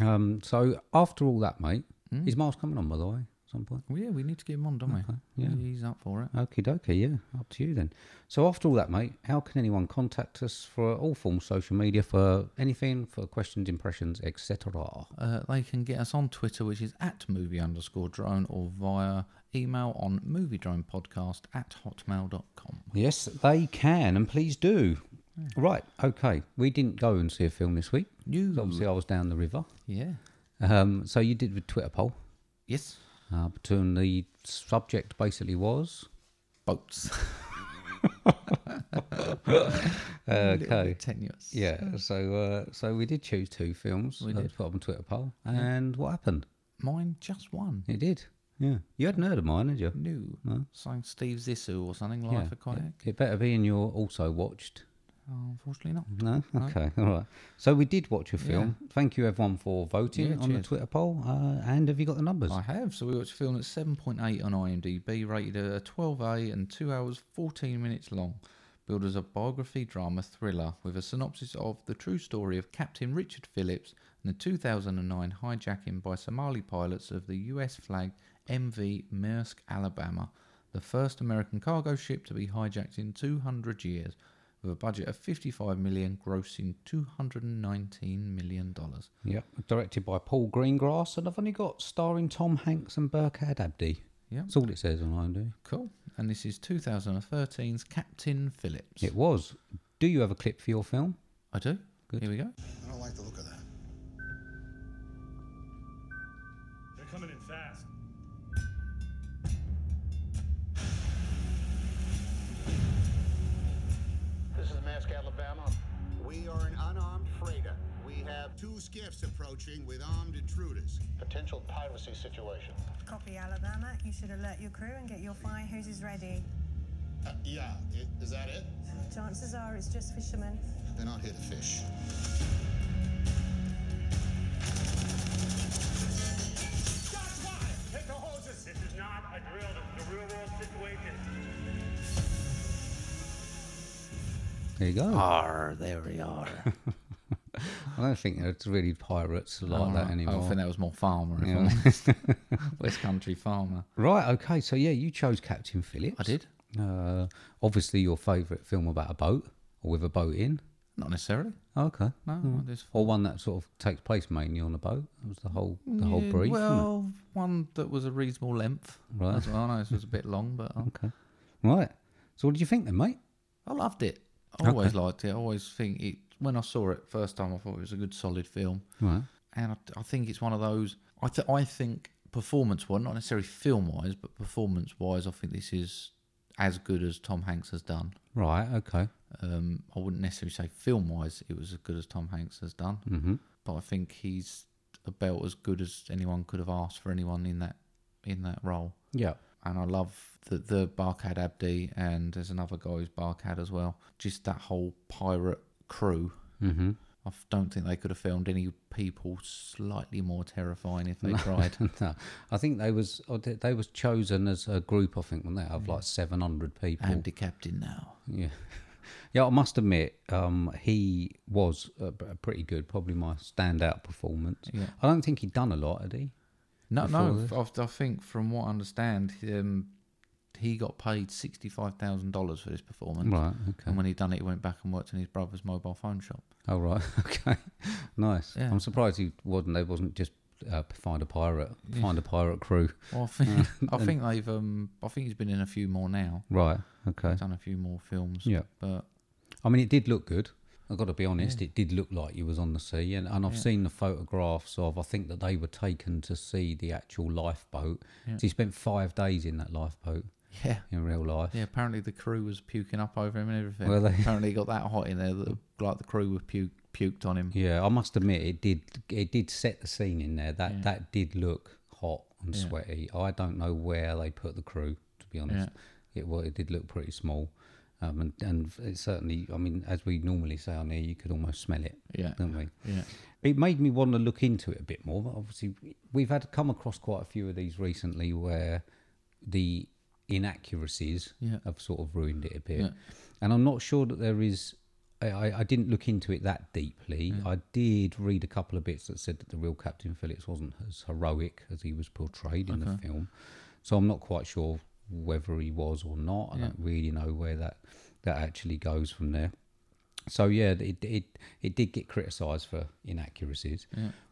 Um, so after all that, mate, is Miles coming on by the way at some point?
Well, yeah, we need to get him on, don't we?
yeah.
he's up for it.
Okie dokie, yeah, up to you then. So after all that, mate, how can anyone contact us for all forms of social media for anything, for questions, impressions, etc.?
Uh, they can get us on Twitter, which is at movie underscore drone, or via email on movie drone podcast at hotmail.com.
Yes, they can, and please do. Right, okay. We didn't go and see a film this week.
You,
Obviously, I was down the river.
yeah,
Um, so you did the Twitter poll.
yes,
Uh, between the subject basically was
boats. A little
okay.
bit tenuous.
Yeah, so uh, so we did choose two films. We did put up on Twitter poll, and what happened?
mine just one.
It did. Yeah, you hadn't heard of mine, had you?
New,
No.
something Steve Zissou or something.
yeah.
Life of Kayak.
It, it better be in your also watched.
Oh, unfortunately, not.
No, okay, (laughs) all right. So we did watch a film. Thank you everyone for voting
Yeah,
on the
cheers.
Twitter poll. Uh, and have you got the numbers?
I have. So we watched a film at 7.8 on IMDb, rated a 12A and 2 hours 14 minutes long. Billed as a biography drama thriller with a synopsis of the true story of Captain Richard Phillips and the 2009 hijacking by Somali pilots of the US flagged MV Maersk, Alabama, the first American cargo ship to be hijacked in 200 years. With a budget of 55 million, grossing 219 million dollars.
Yep. Directed by Paul Greengrass, and I've only got starring Tom Hanks and Burkhard Abdi.
Yep.
That's all it says on IMDb.
Cool. And this is 2013's Captain Phillips.
It was. Do you have a clip for your film?
I do.
Good.
Here we go.
I don't like the look of that.
They're coming in fast.
This is Mask, Alabama. We are an unarmed freighter. We have
Two skiffs approaching with armed intruders.
potential piracy situation.
Copy, Alabama. You should alert your crew and get your fire hoses ready.
Uh, yeah, i- is that it?
Chances are it's just fishermen.
They're not here to fish.
Shots fired! Take the hoses! This is not a drill. This is a real world situation.
There you go.
Arr, there we are.
Ah.
I don't think it's really pirates (laughs) like
All
that
right. Oh, I
anymore.
think that was more farmer, if
(laughs) Yeah.
I'm honest. (laughs) West Country farmer.
Right, okay, so yeah, you chose Captain Phillips.
I did.
Uh, obviously, your favourite film about a boat or with a boat in.
Not necessarily.
Okay.
No, there's
Or one that sort of takes place mainly on a boat. That was the whole the whole
Yeah,
brief. wasn't it?
Well, one that was a reasonable length.
Right.
That's what I know. This was a bit long, but I,
okay. Right. So, what did you think then, mate?
I loved it. I always liked it. I always think it. When I saw it first time, I thought it was a good, solid film.
Right.
and I, I think it's one of those. I th- I think performance wise, not necessarily film wise, but performance wise, I think this is as good as Tom Hanks has done.
Right, okay.
Um, I wouldn't necessarily say film wise it was as good as Tom Hanks has done, mm-hmm. but I think he's about as good as anyone could have asked for anyone in that in that role.
Yeah.
And I love the the Barkad Abdi and there's another guy who's Barkad as well. Just that whole pirate crew. Mm-hmm. I f- don't think they could have filmed any people slightly more terrifying if they tried.
(laughs) no, I think they was oh, they they was chosen as a group. I think when they have like seven hundred people.
I'm the captain now.
Yeah. Yeah, I must admit, um, he was uh, b- pretty good. Probably my standout performance.
Yeah.
I don't think he'd done a lot, had he?
No,
Before
no.
this?
I, I think from what I understand, um, he got paid sixty five thousand dollars for this performance.
Right. Okay.
And when he done it, he went back and worked in his brother's mobile phone shop.
Oh right. (laughs) Okay. nice.
Yeah.
I'm surprised he wasn't. They wasn't just uh, find a pirate, find a pirate crew.
Well, I (laughs) think
(laughs)
I think they've um I think he's been in a few more now.
Right. Okay.
Done a few more films.
Yeah.
but
I mean, it did look good. I've got to be honest, it did look like you was on the sea. And, and I've seen the photographs of, I think that they were taken to see the actual lifeboat. So he spent five days in that lifeboat
yeah,
in real life.
Yeah, apparently the crew was puking up over him and everything.
Were they?
Apparently he got that hot in there that like the crew were pu- puked on him.
Yeah, I must admit it did. It did set the scene in there. That that did look hot and sweaty. I don't know where they put the crew. To be honest, it well, it did look pretty small, um, and and it certainly. I mean, as we normally say on here, you could almost smell it.
Yeah.
don't we?
Yeah.
It made me want to look into it a bit more. Obviously, we've had come across quite a few of these recently where the inaccuracies
Yeah.
have sort of ruined it a bit.
Yeah.
And I'm not sure that there is. I- I, I didn't look into it that deeply. I did read a couple of bits that said that the real Captain Phillips wasn't as heroic as he was portrayed in the film. So I'm not quite sure whether he was or not. I don't really know where that that actually goes from there. So yeah, it it it did get criticised for inaccuracies,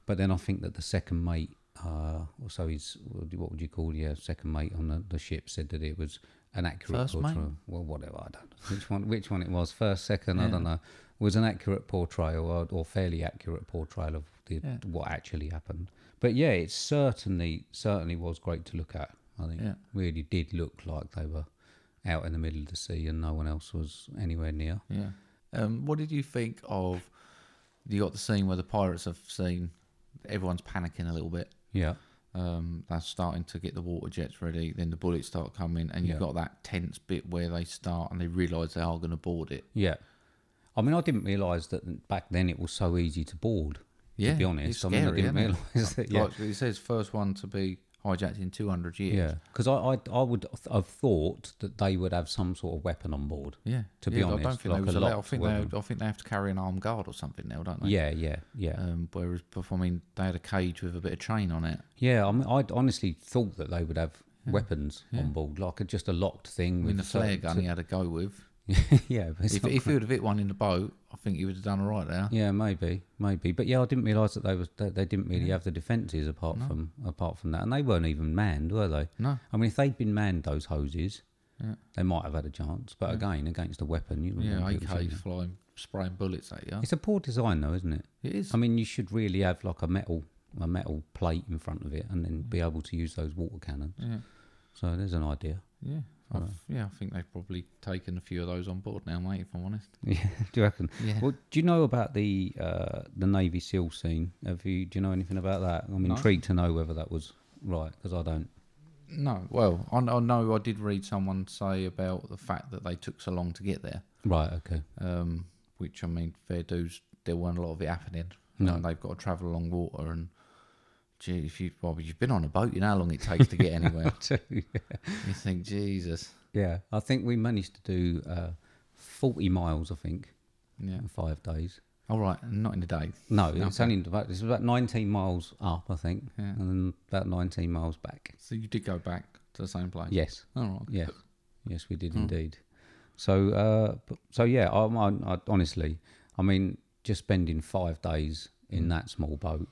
but then I think that the second mate, uh, or so his what would you call yeah second mate on the, the ship said that it was an accurate
First mate?
portrayal. Well, whatever I don't know which one which one it was first second I don't know was an accurate portrayal or, or fairly accurate portrayal of the, what actually happened. But yeah, it certainly certainly was great to look at. I think
Yeah.
really did look like they were out in the middle of the sea and no one else was anywhere near.
Yeah. Um, what did you think of? You got the scene where the pirates have seen everyone's panicking a little bit.
Yeah.
Um, they're starting to get the water jets ready. Then the bullets start coming, and you've
Yeah.
got that tense bit where they start and they realise they are going to board it.
Yeah. I mean, I didn't realise that back then it was so easy to board.
Yeah,
to be honest,
it's
I mean, I
scary, isn't
didn't
it?
realise that. Yeah,
Like it says, first one to be hijacked in 200 years.
yeah, because I, I, I would have thought that they would have some sort of weapon on board.
Yeah.
to be
Yeah,
honest,
I don't think
like
they was
a
allowed. I
locked
think they,
weapon.
I think they have to carry an armed guard or something now, don't they?
Yeah, yeah, yeah,
Um, whereas, before, I mean, they had a cage with a bit of chain on it.
yeah. I mean, I honestly thought that they would have weapons on board, like a, just a locked thing
I
with
mean, the flare
certain-
gun he had to go with.
(laughs) yeah, but it's
If,
not
if he
great.
would have hit one in the boat, I think he would have done all right there.
Yeah, maybe, maybe. But yeah, I didn't realise that they was that they didn't really have the defences apart from apart from that, and they weren't even manned, were they?
No.
I mean, if they'd been manned, those hoses, they might have had a chance. But again, against a weapon, you wouldn't
Yeah,
be able to
AK
shoot them.
flying, spraying bullets at you.
It's a poor design, though, isn't it?
It is.
I mean, you should really have like a metal a metal plate in front of it, and then be able to use those water cannons.
Yeah.
So there's an idea.
Yeah. i yeah, I think they've probably taken a few of those on board now, mate, if I'm honest.
(laughs) Yeah, do you reckon?
Yeah.
Well, do you know about the uh, the Navy SEAL scene? Have you? Do you know anything about that? I'm intrigued to know whether that was right because I don't.
No, well, I, I know I did read someone say about the fact that they took so long to get there,
Right. (laughs) Okay.
um, which, I mean, fair dues, there weren't a lot of it happening.
No.
And they've got to travel along water and. Gee, if you well, you've been on a boat, you know how long it takes to get
(laughs)
anywhere. you think, Jesus,
yeah, I think we managed to do uh, 40 miles. I think
yeah.
in five days.
All right, not in a day.
No, it's only about it's about 19 miles up, I think, and then about 19 miles back.
So you did go back to the same place?
Yes.
All right.
Yeah, yes, we did
Hmm.
indeed. So, uh, b- so yeah, I, I, I honestly, I mean, just spending five days
Hmm.
in that small boat,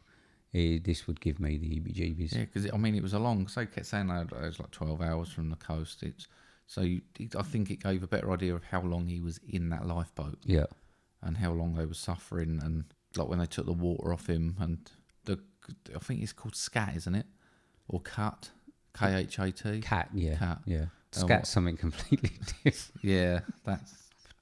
eh, this would give me the heebie-jeebies.
Yeah, because I mean, it was a long. So kept saying that it was like twelve hours from the coast. It's so you, it, I think it gave a better idea of how long he was in that lifeboat
Yeah,
and how long they were suffering, and like when they took the water off him and the I think it's called scat, isn't it? Or cut, K H A T.
cat. Yeah,
Cat.
Yeah,
Uh,
scat
what-
something (laughs) completely different.
Yeah, that's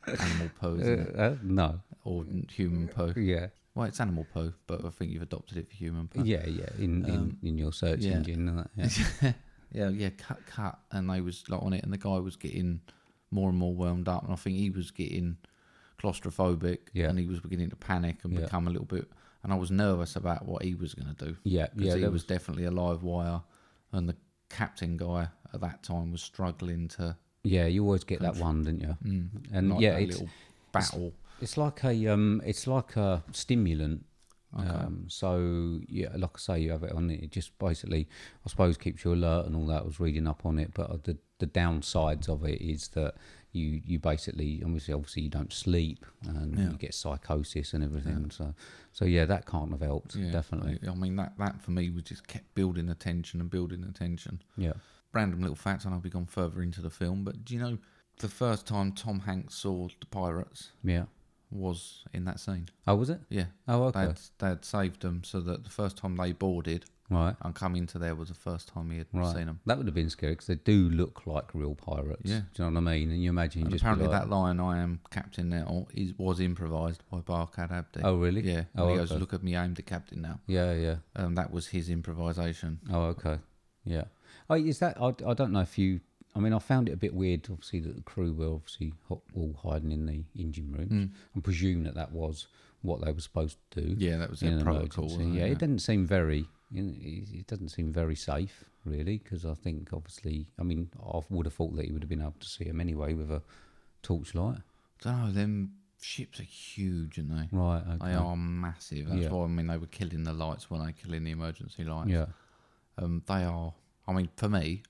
animal poo,
(laughs)
isn't it?
Uh, no.
Or human poo. (laughs)
Yeah.
Well, it's animal poo, but I think you've adopted it for human poo.
Yeah, yeah, in, in, in your search
Um, yeah.
engine. And that,
(laughs)
yeah.
yeah, yeah, cut, cut, and they was like on it, and the guy was getting more and more whelmed up, and I think he was getting claustrophobic,
Yeah.
and he was beginning to panic and
Yeah.
become a little bit, and I was nervous about what he was going to do.
Yeah,
'Cause
yeah,
he
there
was
was-
definitely a live wire, and the captain guy at that time was struggling to
Yeah, you always get that one, didn't you? Mm, and
like
yeah,
Hmm. that
it's,
little battle.
It's like a um, it's like a stimulant. Um, so yeah, like I say, you have it on it. It just basically, I suppose, keeps you alert and all that. I was reading up on it, but uh, the the downsides of it is that you you basically obviously obviously you don't sleep and you get psychosis and everything. So so yeah, that can't have helped
Yeah,
definitely.
I mean that that for me was just kept building the tension and building the tension.
Yeah.
random little fact, and I'll be gone further into the film, but do you know the first time Tom Hanks saw the pirates
Yeah.
was in that scene?
Oh, was it?
Yeah.
Oh, okay.
They'd, they'd saved them so that the first time they boarded,
Right.
And coming into there was the first time he had seen 'em.
Right.
seen them.
That would have been scary because they do look like real pirates.
Yeah.
Do you know what I mean? And you imagine you
And
just be
apparently
like,
that line, "I am captain now," is was improvised by Barkad Abdi.
Oh, really?
Yeah.
Oh,
Oh, he goes,
okay.
"Look at me, I'm the captain now."
Yeah, yeah.
Um, that was his improvisation.
Oh, okay. Yeah. Oh, is that? I, I don't know if you. I mean, I found it a bit weird. Obviously, that the crew were obviously ho- all hiding in the engine rooms.
Mm.
I presume that that was what they were supposed to do.
Yeah, that was
in
their
an
protocol,
emergency.
wasn't it?
Yeah,
Yeah.
it doesn't seem very. you know, It it doesn't seem very safe, really, because I think obviously, I mean, I would have thought that he would have been able to see him anyway with a torchlight.
don't know. Them ships are huge, aren't they?
Right. Okay.
They are massive. That's
Yeah.
why I mean they were killing the lights when they killing the emergency lights.
Yeah. (laughs)
Um, they are. I mean, for me,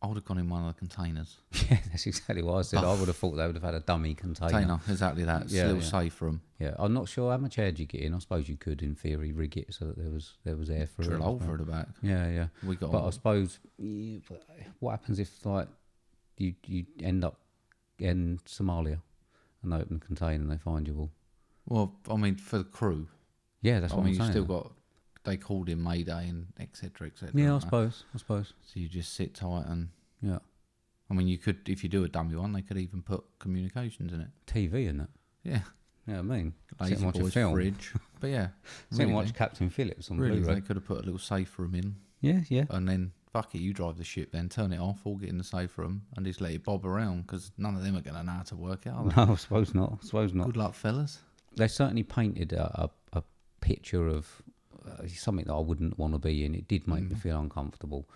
I would have gone in one of the containers.
Yeah, that's exactly what I said. I would have thought they would have had a dummy container.
Container, exactly that. It's
Oh, Yeah,
a little
yeah.
safe for 'em.
Yeah, I'm not sure how much air do you get in. I suppose you could, in theory, rig it so that there was there was air for
Drill
it.
hole for the back.
Yeah, yeah.
We got
but
on.
I suppose yeah, but what happens if like you you end up in Somalia and they open the container and they find you all?
Well, I mean, for the crew.
Yeah, that's
I
what
mean,
I'm
you've
saying.
still got. They called in Mayday and etc. etc.
yeah, I suppose. I suppose.
So you just sit tight and.
Yeah,
I mean, you could if you do a dummy one, they could even put communications in it.
TV and that.
Yeah,
You know what I mean? Sit and
lazy
watch a
boys
film. (laughs)
fridge. But yeah,
Sit and
really,
watch Captain Phillips on
really,
Blu-ray.
they could have put a little safe room in,
Yeah, yeah.
and then fuck it, you drive the ship, then turn it off, all get in the safe room, and just let it bob around because none of them are going to know how to work it. Are they?
(laughs) No, I suppose not. I suppose not.
Oh. Good luck, fellas.
they certainly painted a, a, a picture of uh, something that I wouldn't want to be in. It did make me feel uncomfortable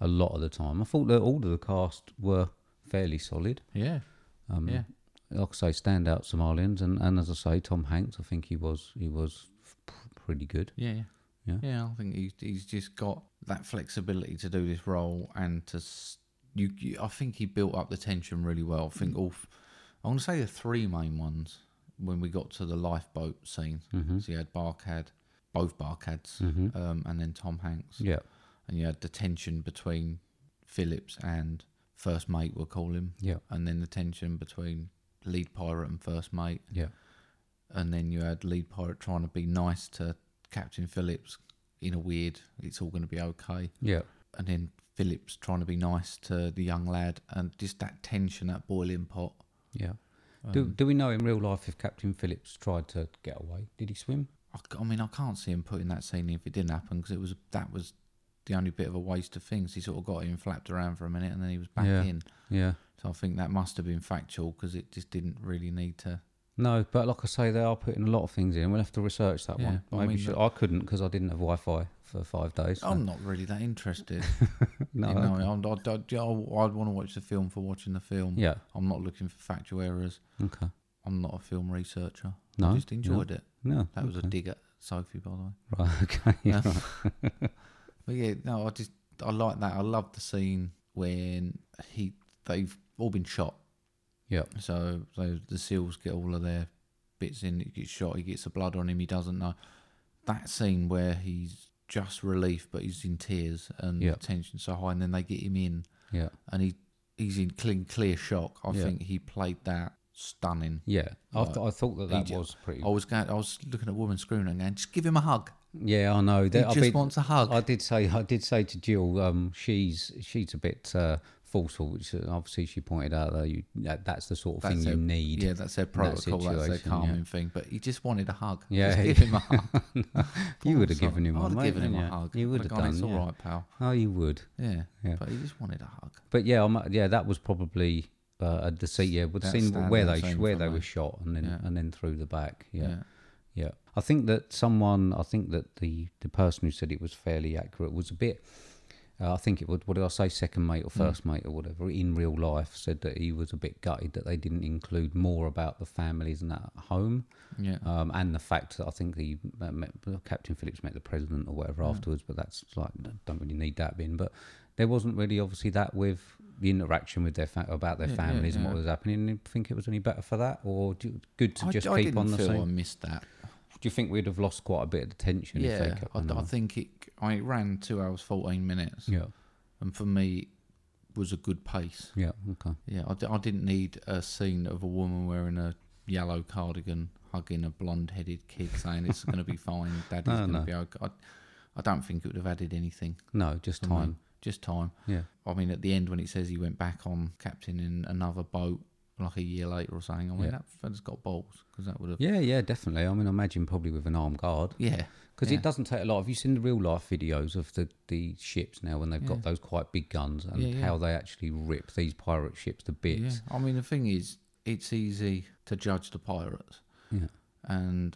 a lot of the time. I thought that all of the cast were fairly solid.
Yeah,
Um,
yeah.
Like I say, standout Somalians, and, and as I say, Tom Hanks. I think he was he was p- pretty good.
Yeah, yeah,
Yeah.
I think he's he's just got that flexibility to do this role and to s- you, you. I think he built up the tension really well. I think all. f- I want to say the three main ones when we got to the lifeboat scene. So you had Barcad, both Barcads, um, and then Tom Hanks,
Yeah,
and you had the tension between Phillips and first mate, we'll call him,
yeah,
and then the tension between lead pirate and first mate
yeah,
and then you had lead pirate trying to be nice to Captain Phillips in a weird, it's all going to be okay,
yeah,
and then Phillips trying to be nice to the young lad, and just that tension, that boiling pot.
yeah. do do we know in real life if Captain Phillips tried to get away? Did he swim?
I, c- I mean, I can't see him putting that scene in if it didn't happen because it was that was the only bit of a waste of things. He sort of got in, flapped around for a minute, and then he was back
Yeah.
in.
Yeah.
So I think that must have been factual because it just didn't really need to.
No, but like I say, they are putting a lot of things in. We'll have to research that
Yeah,
one.
I
Maybe
mean, Oh,
should-
that-
I couldn't because I didn't have Wi-Fi for five days. so-
I'm not really that interested.
(laughs) no,
you know, I'm, I, I, I, I'd want to watch the film for watching the film.
Yeah.
I'm not looking for factual errors.
Okay.
I'm not a film researcher.
No,
I just enjoyed it.
No.
That was a dig at Sophie, by the way.
(laughs)
(laughs)
Right. Okay. Yeah.
Um, but yeah, no, I just I like that. I love the scene when he they've all been shot.
yeah.
So so the seals get all of their bits in. He gets shot. He gets the blood on him. He doesn't know. That scene where he's just relief, but he's in tears and
Yeah.
the tension's so high, and then they get him in,
Yeah.
and he he's in clean clear shock. I
Yeah.
think he played that stunning.
Yeah. I, th- I thought that
He
that
ju-
was pretty.
I was going. I was looking at a woman screaming and going, "Just give him a hug."
yeah, I know. That, I
just wants a hug.
I did say. I did say to Jill. Um, she's she's a bit uh, forceful, which uh, obviously she pointed out that you that, that's the sort of thing
their-
you need.
Yeah, that's their
in that
protocol. that's their
situation, yeah.
calming thing. But he just wanted a hug.
Yeah.
(laughs) just
(laughs)
give him a hug.
You would have
Sorry.
given him
I
one.
would have
wouldn't
given him
you?
a hug.
You would have
I'd gone,
done.
It's
yeah.
all right, pal.
Oh, you would.
Yeah.
Yeah.
but he just wanted a hug.
But yeah, I'm, yeah, that was probably uh, the scene. Yeah, the
That
scene where they
standout scene
where
for
they
me.
were shot and then
Yeah.
and then through the back. Yeah. yeah,
Yeah.
I think that someone, I think that the the person who said it was fairly accurate was a bit. Uh, I think it would. What did I say? Second mate or
Hmm.
first mate or whatever in real life said that he was a bit gutted that they didn't include more about the families and that at home
Yeah.
um, and the fact that I think the uh, met, Captain Phillips met the president or
Hmm.
whatever afterwards, but that's like don't really need that in. But there wasn't really obviously that with the interaction with their fa- about their
Yeah, yeah,
families and what
yeah.
was happening. Do you think it was any better for that, or do, good to
I,
just
I
keep
didn't
on the
feel I
same?
missed that.
Do you think we'd have lost quite a bit of the tension? if they
Yeah,
kept
I,
on
I
that?
think it. I ran two hours fourteen minutes,
Yeah,
and for me, it was a good pace.
yeah, okay,
Yeah, I, d- I didn't need a scene of a woman wearing a yellow cardigan hugging a blonde-headed kid saying it's going to be fine, daddy's
No,
going to
no.
be okay. I, I don't think it would have added anything.
No, just
for me.
time.
Just time.
Yeah.
I mean, at the end when it says he went back on captain in another boat like a year later or something, I mean
Yeah.
that fella's got balls because that would have.
Yeah, yeah, definitely. I mean, I imagine probably with an armed guard.
Yeah.
Because
yeah.
it doesn't take a lot. Have you seen the real life videos of the, the ships now when they've got those quite big guns and
Yeah, yeah.
how they actually rip these pirate ships to
Yeah.
bits?
I mean, the thing is, it's easy to judge the pirates,
Yeah.
and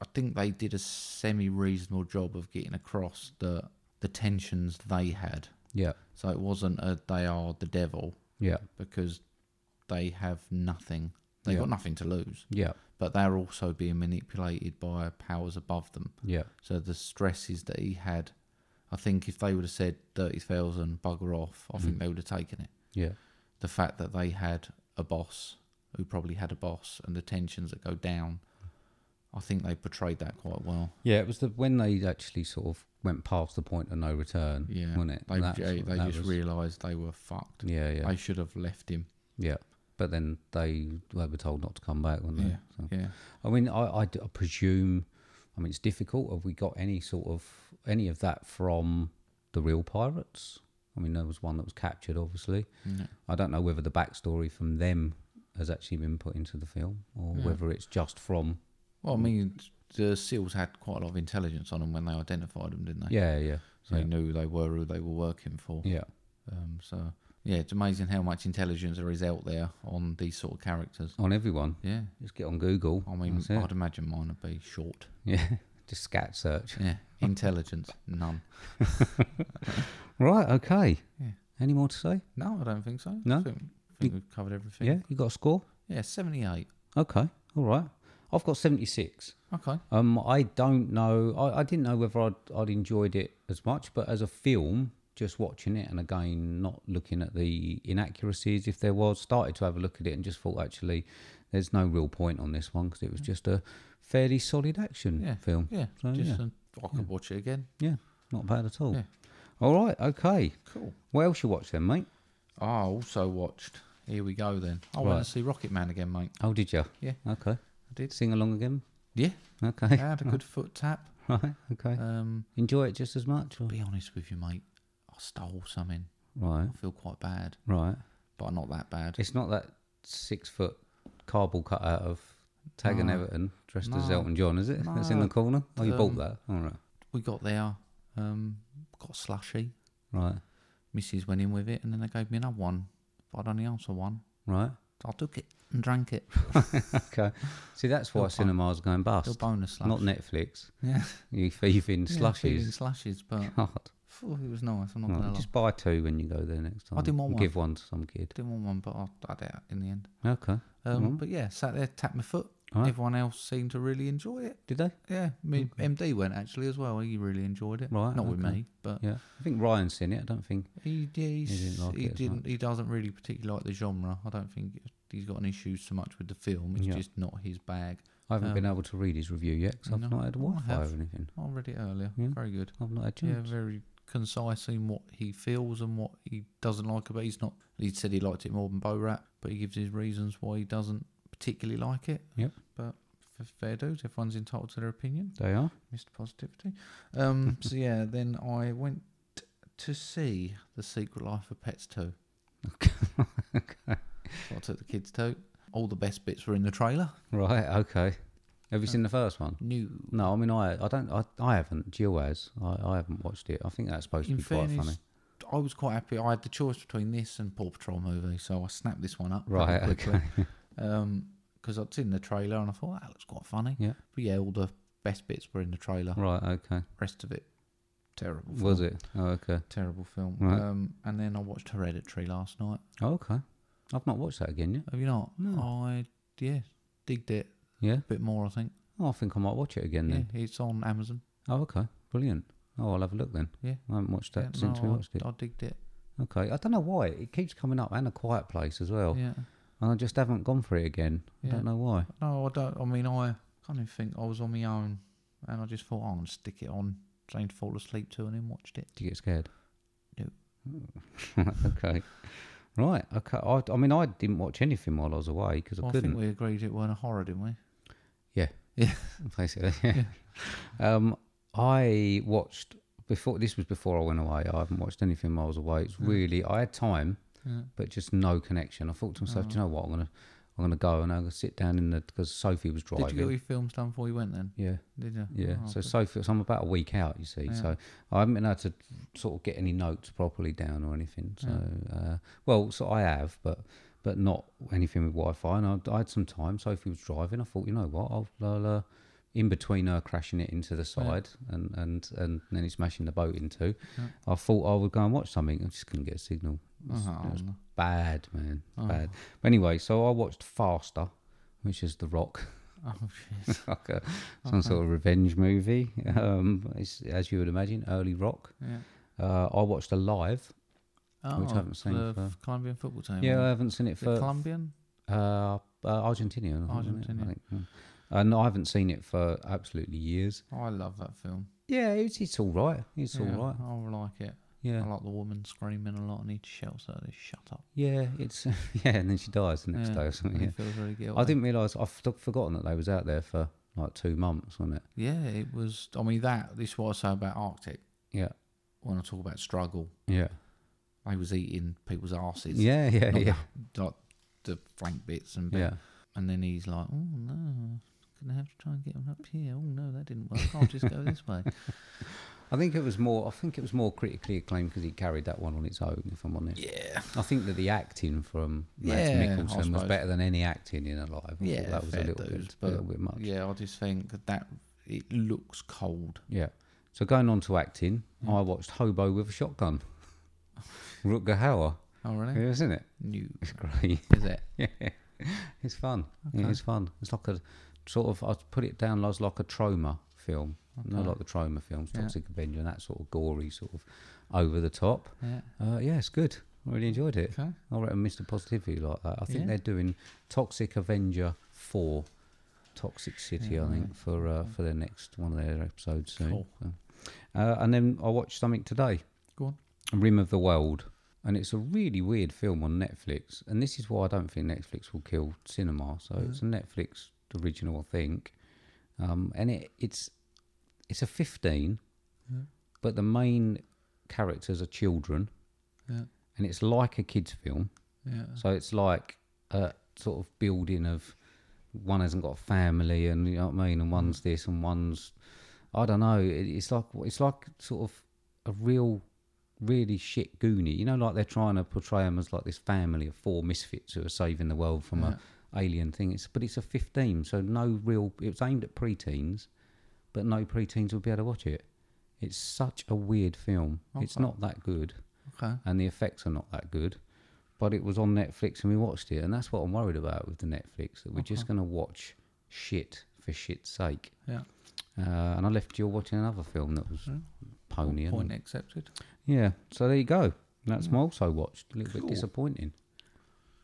I think they did a semi-reasonable job of getting across the the tensions they had.
Yeah.
So it wasn't a they are the devil
Yeah.
because they have nothing. They have
Yeah.
got nothing to lose,
Yeah.
but they're also being manipulated by powers above them.
Yeah.
So the stresses that he had, I think if they would have said thirty thousand bugger off, I think they would have taken it.
Yeah.
The fact that they had a boss who probably had a boss and the tensions that go down, I think they portrayed that quite well.
Yeah. It was the when they actually sort of went past the point of no return.
Yeah,
Wasn't it?
they
That's
they,
what
they
that
just
was.
realised they were fucked.
Yeah. Yeah.
They should have left him.
yeah. But then they, they were told not to come back, weren't they?
Yeah,
So-
yeah.
I mean, I, I d- I presume. I mean, it's difficult. Have we got any sort of any of that from the real pirates? I mean, there was one that was captured, obviously. I don't know whether the backstory from them has actually been put into the film, or whether it's just from.
Well, I mean, the seals had quite a lot of intelligence on them when they identified them, didn't they?
Yeah, yeah,
So
yeah,
they knew they were who they were working for.
yeah,
Um, so yeah, it's amazing how much intelligence there is out there on these sort of characters.
on everyone.
Yeah,
Just get on Google.
I mean,
That's it.
I'd imagine mine would be short.
(laughs) yeah, just scat search.
Yeah, intelligence none.
Right, okay.
Yeah.
Any more to say?
No, I don't think so.
No?
I think, I think we've covered everything.
Yeah, you got a score?
yeah, seventy-eight.
Okay, all right. I've got seventy six.
Okay.
Um, I don't know. I, I didn't know whether I'd, I'd enjoyed it as much, but as a film, just watching it and again not looking at the inaccuracies if there was, started to have a look at it and just thought actually, there's no real point on this one because it was just a fairly solid action
Yeah,
film.
Yeah,
So,
just
yeah.
uh, I could watch it again.
yeah, not bad at all.
Yeah.
All right, okay.
Cool.
What else you watch then, mate?
Ah, I also watched. Here we go then. I want
Right.
to see Rocket Man again, mate.
Oh, did you?
Yeah.
Okay. I
did.
sing along again.
Yeah, I (laughs)
Okay.
had a good foot tap.
(laughs) right. Okay.
Um,
Enjoy it just as much. Or?
be honest with you, mate. I stole something.
Right.
I feel quite bad,
Right.
but not that bad.
It's not that six foot cardboard cutout of Tag and
No.
Everton dressed as
No.
Elton John, is it? That's in
No.
the corner. Oh, you bought
Um,
that. All right,
we got there, um, got a slushy.
right,
Mrs. went in with it, and then they gave me another one, but I'd only answer one.
right. (laughs)
So I took it and drank it.
Okay. See, that's why
Little bu-
cinema's going
Still
bust.
bonus slush.
Not Netflix.
Yeah.
You thieving
Yeah, feeling
(laughs) slushies.
slushes, but
(laughs) God.
phew, it was nice. I'm not
Right,
gonna lie.
Just buy two when you go there next time.
I didn't want
And
one.
Give one to some kid.
Didn't want one, but I had it in the end.
Okay.
Um, But yeah, sat there, tapped my foot.
Mm-hmm. Alright.
Everyone else seemed to really enjoy it.
Did they?
Yeah, me MD went actually as well. He really enjoyed it.
Right,
Not with
okay.
me, but
Yeah. I think Ryan's seen it. I don't think.
He, yeah, he's, he
didn't
didn't.
like
he,
it as much.
doesn't really particularly like the genre. I don't think he's got an issue so much with the film. It's
Yeah.
just not his bag.
I haven't been
Um,
able to read his review yet because I've
no,
not had
I
Wi Fi or
have.
anything.
I read it earlier.
Yeah.
Very good.
I've not had
Yeah,
chance.
very concise in what he feels and what he doesn't like about. it. He's not. He said he liked it more than Bo Rat, but he gives his reasons why he doesn't particularly like it.
Yep.
But f- fair dues. Everyone's entitled to their opinion.
They are. (laughs)
Mr. Positivity. Um. so yeah, then I went to see the Secret Life of Pets too.
okay. (laughs)
So I took the kids to. All the best bits were in the trailer.
Right. Okay. Have you seen the first one?
New.
No, I mean I I don't I, I haven't. Jill has. I, I haven't watched it. I think that's supposed
In
to be quite
fairness,
funny.
I was quite happy. I had the choice between this and Paw Patrol movie, so I snapped this one up.
Right, (laughs)
Because I'd seen the trailer and I thought that looks quite funny.
Yeah.
But yeah, all the best bits were in the trailer.
Right, okay.
Rest of it, terrible. Film.
Was it? Oh, okay.
terrible film?
Right.
Um, and then I watched Hereditary last night.
Oh, okay. I've not watched that again yet.
Have you not?
No.
I yeah, digged it
Yeah.
a bit more. I think.
Oh, I think I might watch it again
Yeah,
then.
it's on Amazon.
Oh, okay. Brilliant. Oh, I'll have a look then.
Yeah.
I haven't watched that
Yeah,
since
no,
we watched it.
I, I digged it.
Okay. I don't know why. It keeps coming up and a quiet place as well.
Yeah.
And I just haven't gone for it again. I
Yeah.
don't know why.
No, I don't. I mean, I kind of think I was on my own, and I just thought "Oh, I'm gonna stick it on, trying to fall asleep to, and then watched it.
Do you get scared?
No.
(laughs) okay. Right. Okay. I, I mean, I didn't watch anything while I was away because
Well,
I
I
couldn't.
think we agreed it weren't a horror, didn't we?
Yeah. (laughs)
Yeah.
Basically. Yeah. Um, I watched before this was before I went away. I haven't watched anything while I was away. It's really I had time, but just no connection. I thought to
Oh.
myself, do you know what? I'm gonna I'm gonna go and I'm gonna sit down in the because Sophie was driving.
Did you get all your films done before you went then?
yeah.
Did you?
Yeah,
Oh,
so Sophie, so I'm about a week out, you see. So I haven't been able to sort of get any notes properly down or anything. So, uh, well, so I have, but but not anything with Wi-Fi. And I, I had some time. Sophie was driving. I thought, you know what, I'll, I'll uh, in between her crashing it into the side and, and and then it smashing the boat into. I thought I would go and watch something. I just couldn't get a signal. It was, it was bad, man, bad. But anyway, so I watched Faster, which is The Rock
oh, shit.
like a, some sort of revenge movie. Um, it's, as you would imagine, early rock.
Yeah.
Uh, I watched a live.
Oh,
(laughs) Which I haven't seen
The
for-
Colombian football team.
Yeah, I
wasn't
haven't seen it
it? the
for
Colombian.
uh, uh, Argentinian. I think, wasn't it? I
Argentinian.
think, yeah. And I haven't seen it for absolutely years.
Oh, I love that film.
Yeah, it's it's all right. It's
yeah,
all right.
I like it.
Yeah,
I like the woman screaming a lot and he shouts at her, "Shut up!"
yeah. It's (laughs) yeah, and then she dies the next
Yeah,
day or
and
something.
he
Yeah.
feels really guilty.
I didn't realise. I've f- forgotten that they was out there for like two months, wasn't it?
Yeah, it was. I mean, that. This is what I say about Arctic.
Yeah,
When I talk about struggle,
yeah,
I was eating people's asses.
yeah, yeah,
Not
yeah.
the- like the flank bits and bit.
Yeah,
And then he's like, "Oh no, gonna have to try and get him up here. Oh no, that didn't work. I'll just go this
(laughs)
way."
I think it was more. I think it was more critically acclaimed because he carried that one on its own. If I'm honest,
Yeah.
I think that the acting from Mads
Yeah, I
Mikkelsen was
suppose.
better than any acting in Alive. I thought
Yeah,
that was a
fair
little
dues,
bit, a
but
little bit much.
Yeah, I just think that, that it looks cold.
Yeah. So going on to acting,
Mm.
I watched Hobo with
(laughs)
a Shotgun. Rutger Hauer,
Oh really?
yeah, isn't it?
New
It's great.
is it?
yeah, (laughs) it's fun. It is fun. It's like a sort of. I'd put it down as like a trauma film. No, like the trauma films, Toxic Avenger, and that sort of gory, sort of over the top.
Yeah.
Uh, yeah, it's good. I really enjoyed it.
Okay.
I reckon Mr. Positivity like that. I think
Yeah.
they're doing Toxic Avenger 4, Toxic City, I think, for uh, for their next one of their episodes soon.
Cool.
So, Uh, and then I watched something today
Go on.
Rim of the World. And it's a really weird film on Netflix. And this is why I don't think Netflix will kill cinema. So it's a Netflix original, I think. Um, and it, it's it's a 15, but the main characters are children.
Yeah.
And it's like a kids' film.
Yeah.
So it's like a sort of building of one hasn't got a family, and you know what I mean, and one's this, and one's I don't know. It, it's like it's like sort of a real, really shit Goonie. You know, like they're trying to portray them as like this family of four misfits who are saving the world from a alien thing. It's but it's a fifteen, so no real. It was aimed at preteens, but no preteens would be able to watch it. It's such a weird film. It's not that good
Okay.
and the effects are not that good. But it was on Netflix and we watched it, and that's what I'm worried about with the Netflix that we're just going to watch shit for shit's sake.
Yeah.
Uh, and I left you watching another film that was pony.
Hmm. Point
And,
accepted.
yeah, so there you go. That's my also watched. A little
Cool.
bit disappointing.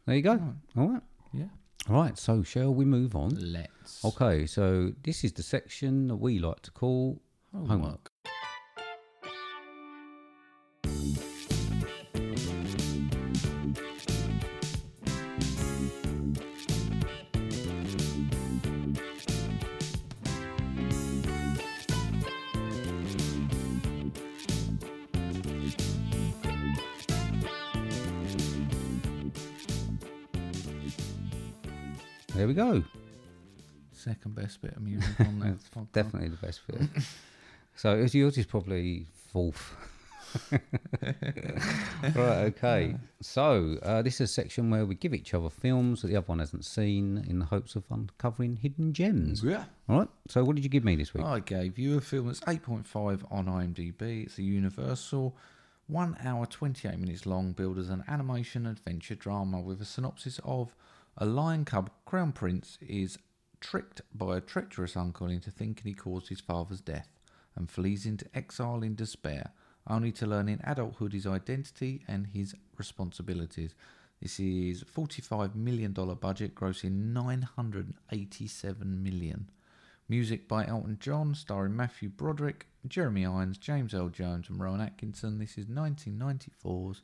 There you go. All right.
Yeah.
All right. So shall we move on?
Let's.
Okay. So this is the section that we like to call homework. There we go.
Second best bit of
(laughs)
music on that
That's
podcast.
definitely the best fit. (laughs) so it's yours is probably fourth. (laughs)
(laughs)
right, okay. So uh, this is a section where we give each other films that the other one hasn't seen in the hopes of uncovering hidden gems.
Yeah. Oh.
All right. So what did you give me this week?
I gave you a film that's 8.5 on IMDb. It's a Universal, 1 hour 28 minutes long, billed as an animation adventure drama with a synopsis of a lion cub crown prince is tricked by a treacherous uncle into thinking he caused his father's death and flees into exile in despair, only to learn in adulthood his identity and his responsibilities. This is $45 million budget, grossing $987 million. Music by Elton John, starring Matthew Broderick, Jeremy Irons, James L. Jones, and Rowan Atkinson. This is 1994's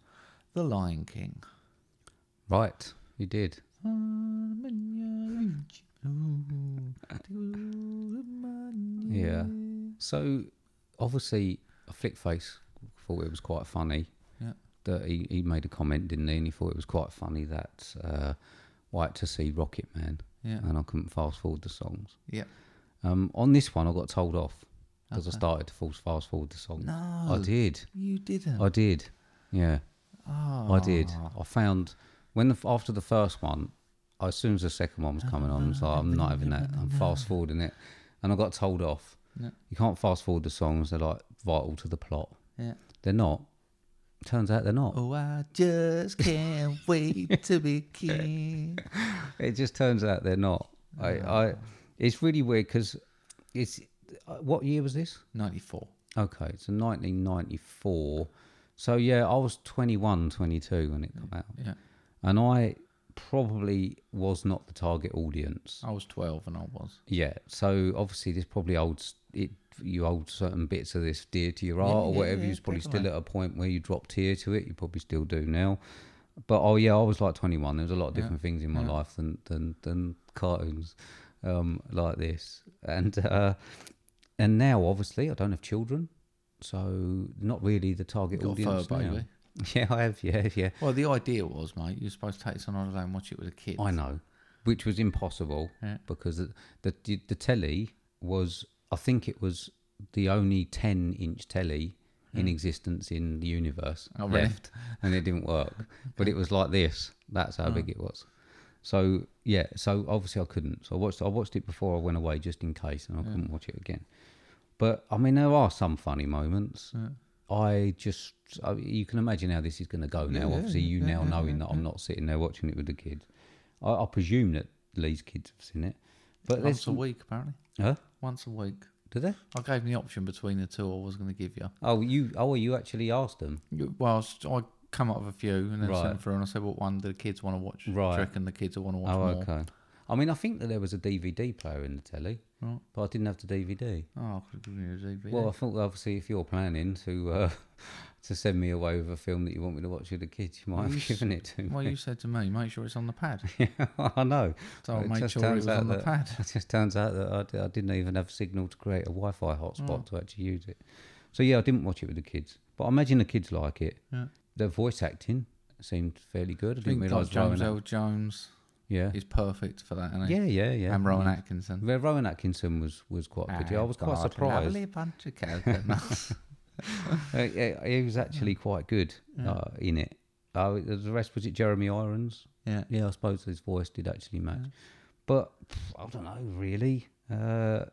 The Lion King.
Right, you did. Yeah. So obviously, I Flick Face thought it was quite funny.
Yeah.
That he, he made a comment, didn't he? And he thought it was quite funny that uh, White to see Rocket Man.
Yeah.
And I couldn't fast forward the songs.
Yeah.
Um, on this one, I got told off because I started to force fast forward the song.
No.
I did.
You didn't.
I did. Yeah. I did. I found when the, after the first one, as soon as the second one was coming on, I was like, I'm not having that. I'm fast forwarding it, and I got told off. You can't fast forward the songs. They're like vital to the plot.
Yeah.
They're not. Turns out they're not.
Oh, I just (laughs) can't wait to be king.
It just turns out they're not. I, I it's really weird because it's uh, what year was this?
94.
Okay, so 1994. So yeah, I was 21, 22 when it came out.
Yeah.
and I probably was not the target audience.
I was 12 and I was.
Yeah, so obviously this probably holds it. You hold certain bits of this dear to your heart or
yeah,
whatever.
yeah,
you was probably still
definitely.
at a point where you dropped tear to it. You probably still do now. But oh yeah, I was like 21. There was a lot of different things in my life than than than cartoons um, like this. And uh, and now obviously I don't have children, so not really the target
Got a fur
audience now. (laughs)
baby.
Yeah, I have. Yeah, yeah.
Well, the idea was, mate, you're supposed to take this on holiday and watch it with the kids.
I know, which was impossible
Yeah.
because the, the the telly was, I think it was the only ten inch telly in existence in the universe
Oh, Hmm. really?
left, and it didn't work. But it was like this. That's
Hmm.
how big it was. So yeah, so obviously I couldn't. So I watched I watched it before I went away just in case, and I couldn't watch it again. But I mean, there are some funny moments. I just, I, you can imagine how this is going to go now. Obviously, you now knowing that I'm not sitting there watching it with the kids. I, I presume that Lee's kids have seen it, but
Once
there's
a week, apparently.
huh?
Once a week.
Do they?
I gave them the option between the two I was going to give you.
Oh, you, oh, you actually asked them.
You- Well, I, was, I come up with a few and then sent them
Right.
through and I said, what one do the kids want to watch? Do
Right.
you reckon the kids will want to watch
Oh,
more?
okay. I mean, I think that there was a DVD player in the telly,
Right.
but I didn't have the DVD.
Oh, I could have given you a DVD.
Well, I thought obviously if you're planning to uh, (laughs) to send me away with a film that you want me to watch with the kids, you might
you
have
s-
given it to me.
well, you said to me, make sure it's on the pad.
(laughs) I know.
So I
It
made
just
sure it
turns
was
out
on the
that-
pad.
(laughs) It just turns out that I, d- I didn't even have signal to create a Wi-Fi
Mm.
hotspot to actually use it. So yeah, I didn't watch it with the kids, but I imagine the kids like it.
Yeah.
Their voice acting seemed fairly good. I
I
didn't
think
realise
like James
Rowan.
L. Jones
Yeah.
is perfect for that, isn't he?
yeah, yeah, yeah.
And Rowan Atkinson.
Where Rowan Atkinson was was quite good. Yeah, I was quite
God,
surprised.
Lovely bunch of
(laughs)
coconuts.
Uh, yeah, he was actually quite good uh, in it. Uh, the rest was it Jeremy Irons?
Yeah.
yeah. I suppose his voice did actually match, but pff, I don't know really. Uh,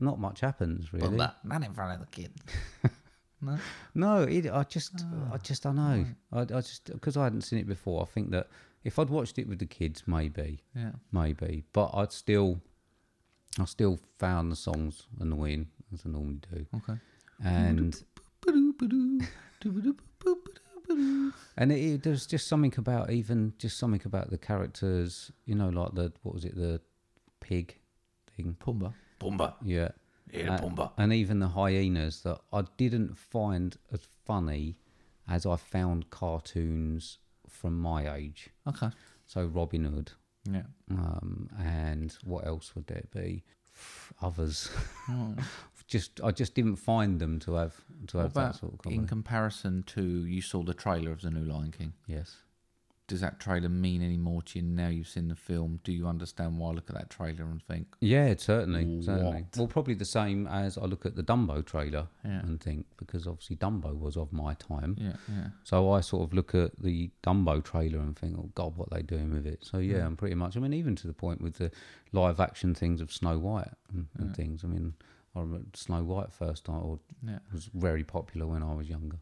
not much happens really.
Put that man in front of the kid. no?
No, it, I just, I just, I know. I, I just because I hadn't seen it before. I think that if I'd watched it with the kids, maybe,
Yeah. (laughs)
maybe, but I'd still, I still found the songs annoying as I normally do.
Okay.
and and it, it, there's just something about even just something about the characters you know like the what was it the pig thing
Pumba.
Pumba.
yeah
Yeah,
A-
Pumba.
Uh, and even the hyenas that i didn't find as funny as i found cartoons from my age
Okay.
so robin hood
Yeah.
um, and what else would there be? (sighs) Others. (laughs) just I just didn't find them to have to
Hmm. What
have that
about
sort of comedy.
in comparison to you saw the trailer of the new Lion King?
yes.
Does that trailer mean any more to you now you've seen the film? Do you understand why I look at that trailer and think,
Yeah, certainly, certainly.
What?
Well, probably the same as I look at the Dumbo trailer
Yeah.
and think because obviously Dumbo was of my time,
yeah, yeah.
so I sort of look at the Dumbo trailer and think, oh God, what they doing with it? So yeah, I'm pretty much. I mean, even to the point with the live action things of Snow White and, and things. I mean, I remember Snow White first time or
Yeah.
was very popular when I was younger.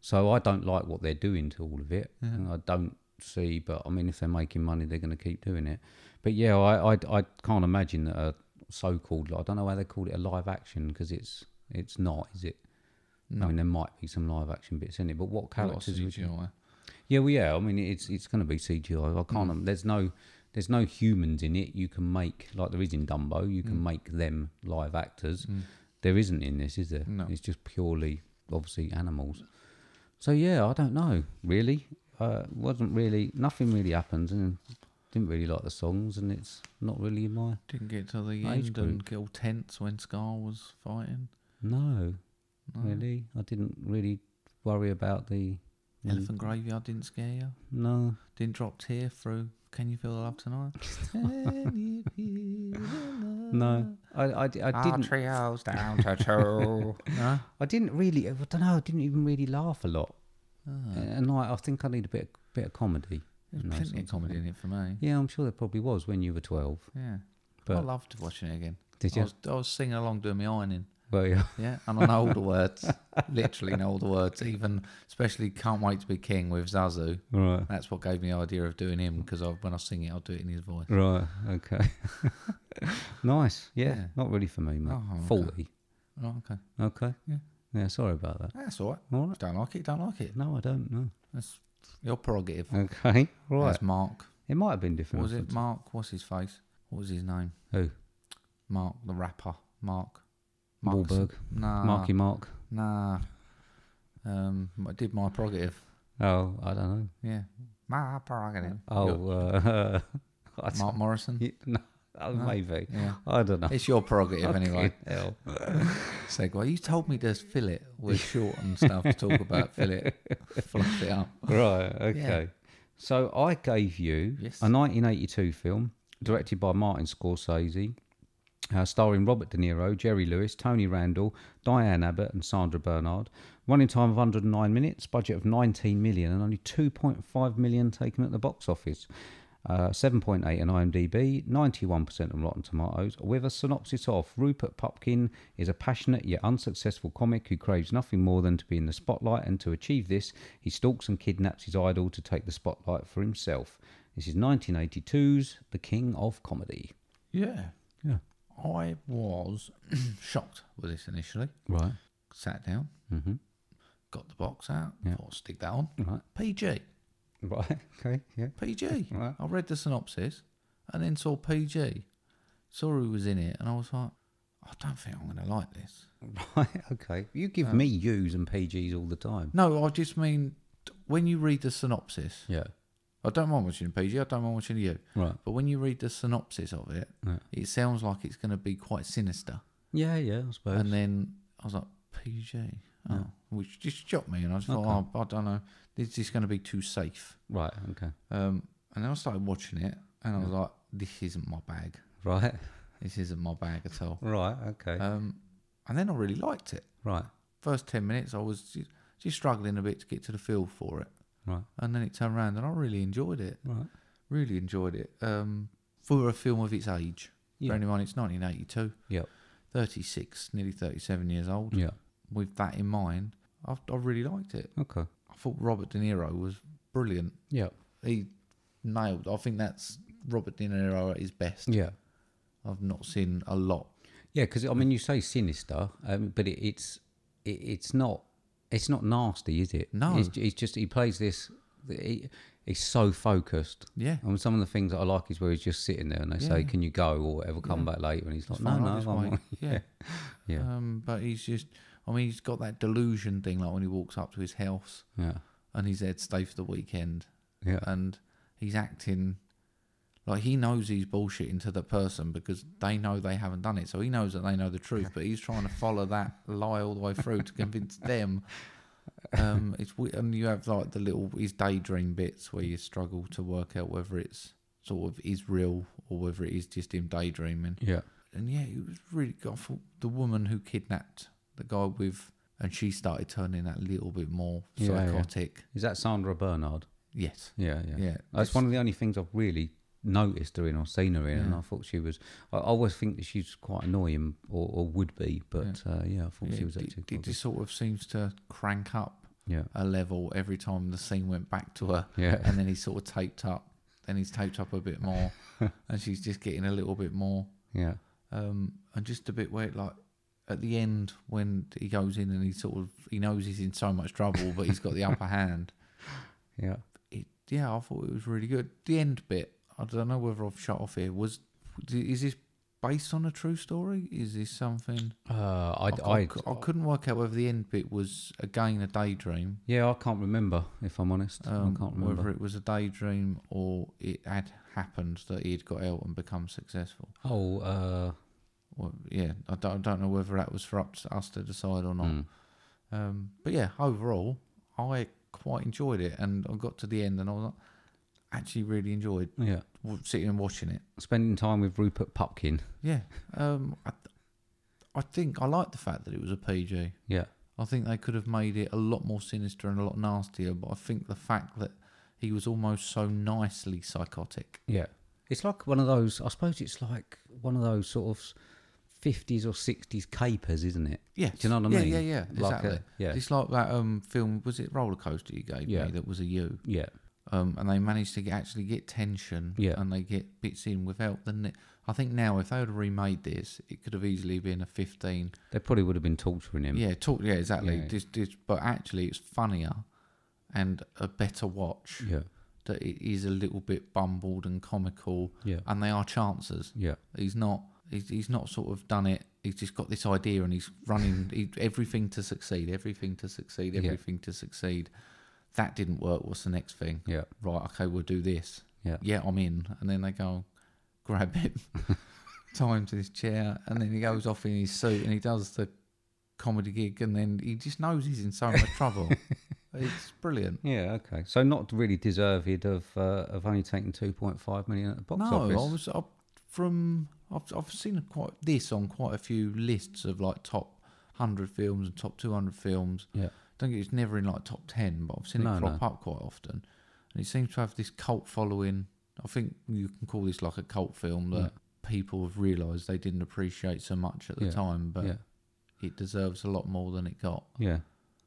So I don't like what they're doing to all of it. And I don't see, but I mean, if they're making money, they're going to keep doing it. But yeah, I, I, I can't imagine that a so-called I don't know why they call it a live action because it's it's not, is it? I mean, there might be some live action bits in it, but what
Well,
characters? would you-
CGI.
yeah, well, yeah. I mean, it's it's going to be CGI. I can't. There's no there's no humans in it. You can make like there is in Dumbo. You can make them live actors. There isn't in this, is there?
No.
It's just purely obviously animals. So yeah, I don't know really. Uh, wasn't really nothing really happens and didn't really like the songs and it's not really my
Didn't get to the
Age
end
group.
and get all tense when Scar was fighting.
no. really. I didn't really worry about the
Elephant Graveyard didn't scare you.
no. (laughs)
Didn't drop tear through. Can you feel the love tonight? (laughs) Can you feel the (laughs)
No, I, I, I
love?
didn't.
trios (laughs) down to two. no?
I didn't really. I don't know. I didn't even really laugh a lot. And, and like, I think I need a bit of, bit of comedy.
Ah. There's
No,
plenty of
sometimes.
comedy in it for me.
Yeah, I'm sure there probably was when you were twelve.
Yeah. I
But-
loved watching it again.
Did
I
you?
was, I was singing along doing my ironing.
(laughs) Well, yeah.
Yeah, and I know all the words. Literally know all the words. Even, especially Can't Wait to Be King with Zazu.
Right.
That's what gave me the idea of doing him because when I sing it, I'll do it in his voice.
Right. Okay. (laughs) nice. Yeah,
Yeah.
Not really for me, mate.
Oh, okay.
Forty.
Right, Oh, okay.
Okay.
Yeah.
Yeah. Sorry about that.
That's all right.
All right.
Don't like it, don't like it.
No, I don't know.
That's your prerogative.
Okay. Right.
Oh. That's Mark.
it might have been different.
What was
if
it? Mark, what's his face? What was his name?
Who?
Mark, the rapper. Mark. Mark- Ah.
Wahlberg.
Nah.
Marky Mark.
Nah. Um, I did my prerogative.
Oh, I don't know.
Yeah. My prerogative.
Oh, uh, (laughs) I
Your- Mark Morrison.
don't- no, oh, maybe.
yeah.
I don't know.
It's your prerogative anyway.
Hell.
Segue. You told me to fill it with short and stuff to talk about. Fill it, fluff it up.
(laughs)
(laughs)
Right. Okay. So I gave you
Yes.
a 1982 film directed by Martin Scorsese, uh, starring Robert De Niro, Jerry Lewis, Tony Randall, Diane Abbott, and Sandra Bernard. Running time of 109 minutes, budget of 19 million, and only 2.5 million taken at the box office. Uh, 7.8 on IMDb, 91% on Rotten Tomatoes, with a synopsis of Rupert Pupkin is a passionate yet unsuccessful comic who craves nothing more than to be in the spotlight, and to achieve this, he stalks and kidnaps his idol to take the spotlight for himself. This is 1982's The King of Comedy.
Yeah.
Yeah.
I was (clears throat) shocked with this initially.
Right.
Sat down,
Mm-hmm.
got the box out,
Yeah.
thought I'll stick that on.
Right.
PG.
Right. (laughs) Okay. Yeah.
PG.
Right.
I read the synopsis and then saw PG. Saw who was in it and I was like, I don't think I'm going to like this.
Right. (laughs) Okay. You give me U's and PGs all the time.
No, I just mean t- when you read the synopsis,
Yeah.
I don't mind watching PG, I don't mind watching you.
Right.
But when you read the synopsis of it,
Yeah.
it sounds like it's going to be quite sinister.
Yeah. Yeah. I suppose.
And then I was like, PG. Oh, which just shocked me. And I just thought, oh, I don't know. This is going to be too safe.
right. Okay.
Um, and then I started watching it and I was like, this isn't my bag.
Right. (laughs)
This isn't my bag at all.
Right. Okay.
Um, and then I really liked it.
right.
First 10 minutes, I was ju- just struggling a bit to get to the feel for it.
Right.
And then it turned around and I really enjoyed it.
Right.
Really enjoyed it. Um, for a film of its age.
Yeah.
For anyone, it's 1982,
Yep.
36, nearly 37 years old.
Yeah.
With that in mind, I, I really liked it.
Okay.
I thought Robert De Niro was brilliant.
Yeah.
He nailed. I think that's Robert De Niro at his best.
Yeah.
I've not seen a lot.
Yeah, because I mean, you say sinister, um, but it, it's it, it's not it's not nasty, is it?
No.
it's, it's just he plays this. He, he's so focused.
Yeah.
I mean, some of the things that I like is where he's just sitting there and they say,
Yeah.
"Can you go?" or whatever. Come back later, and he's like,
It's
"No,
fine,
no,
I just
I'm
wait.
not."
yeah.
(laughs) yeah,
Um, but he's just, I mean, he's got that delusion thing, like when he walks up to his house
yeah,
and he's there to stay for the weekend,
yeah,
and he's acting like he knows he's bullshitting to the person because they know they haven't done it, so he knows that they know the truth, but he's trying to follow that lie all the way through to convince
(laughs)
them. Um, it's we- and you have like the little his daydream bits where you struggle to work out whether it's sort of is real or whether it is just him daydreaming
yeah,
and yeah, it was really good. I thought the woman who kidnapped the guy with, and she started turning that little bit more
Yeah, yeah.
psychotic.
Is that Sandra Bernard?
Yes.
Yeah, yeah,
Yeah,
That's
it's-
one of the only things I've really noticed her in or seen her in, and I thought she was. I I always think that she's quite annoying, or, or would be, but yeah, uh, yeah I thought she
Yeah,
was
it-
actually.
it,
quite good.
just sort of seems to crank up
Yeah.
a level every time the scene went back to her.
Yeah.
And then he's sort of taped up. Then he's taped up a bit
(laughs)
more, and she's just getting a little bit more.
Yeah.
Um, and just a bit where, like, at the end when he goes in and he sort of he knows he's in so much trouble, but he's got the
(laughs)
upper hand.
Yeah.
it yeah, I thought it was really good. The end bit, I don't know whether I've shut off here. Was is this based on a true story? Is this something?
Uh, I,
I,
I,
I couldn't work out whether the end bit was again a daydream,
yeah, I can't remember if I'm honest.
um,
I can't
whether
remember.
it was a daydream or it had happened that he had got out and become successful.
oh, uh,
Or, yeah, I don't, I don't know whether that was for up to us to decide or not. Um, but yeah, overall, I quite enjoyed it, and I got to the end, and I was like, actually really enjoyed
Yeah.
w- sitting and watching it.
Spending time with Rupert Pupkin.
Yeah, um, I, I think I like the fact that it was a PG.
Yeah.
I think they could have made it a lot more sinister and a lot nastier, but I think the fact that he was almost so nicely psychotic.
Yeah. It's like one of those, I suppose it's like one of those sort of 50s or 60s capers, isn't it?
Yeah,
Do you know what I mean?
Yeah, yeah, yeah,
Like a-
exactly.
yeah.
it's like that um film. Was it Roller Coaster you gave
Yeah.
me? That was a you.
Yeah.
um, and they managed to get, actually get tension
Yeah.
and they get bits in without the. ne- I think now if they would have remade this, it could have easily been a fifteen.
They probably would have been torturing him.
Yeah, talk. Yeah, exactly.
Yeah.
This, this, but actually, it's funnier and a better watch.
Yeah.
That it is a little bit bumbled and comical.
Yeah.
and they are chances.
Yeah.
He's not. He's, he's not sort of done it. He's just got this idea and he's running (laughs) he, everything to succeed, everything to succeed,
Yeah.
everything to succeed. That didn't work. What's the next thing?
Yeah.
Right. Okay. We'll do this.
Yeah.
Yeah. I'm in. And then they go grab him, (laughs) tie him to this chair, and then he goes off in his suit and he does the comedy gig, and then he just knows he's in so much
(laughs)
trouble. it's brilliant.
Yeah, okay. So not really deserved of uh, of only taking two point five million at the box
no,
office.
I was I, from I've, I've seen quite this on quite a few lists of like top hundred films and top two hundred films.
Yeah.
don't get it's never in like top ten, but I've seen it
No,
crop
no.
up quite often, and it seems to have this cult following. I think you can call this like a cult film that people have realised they didn't appreciate so much at the
Yeah,
time, but
yeah.
it deserves a lot more than it got.
Yeah,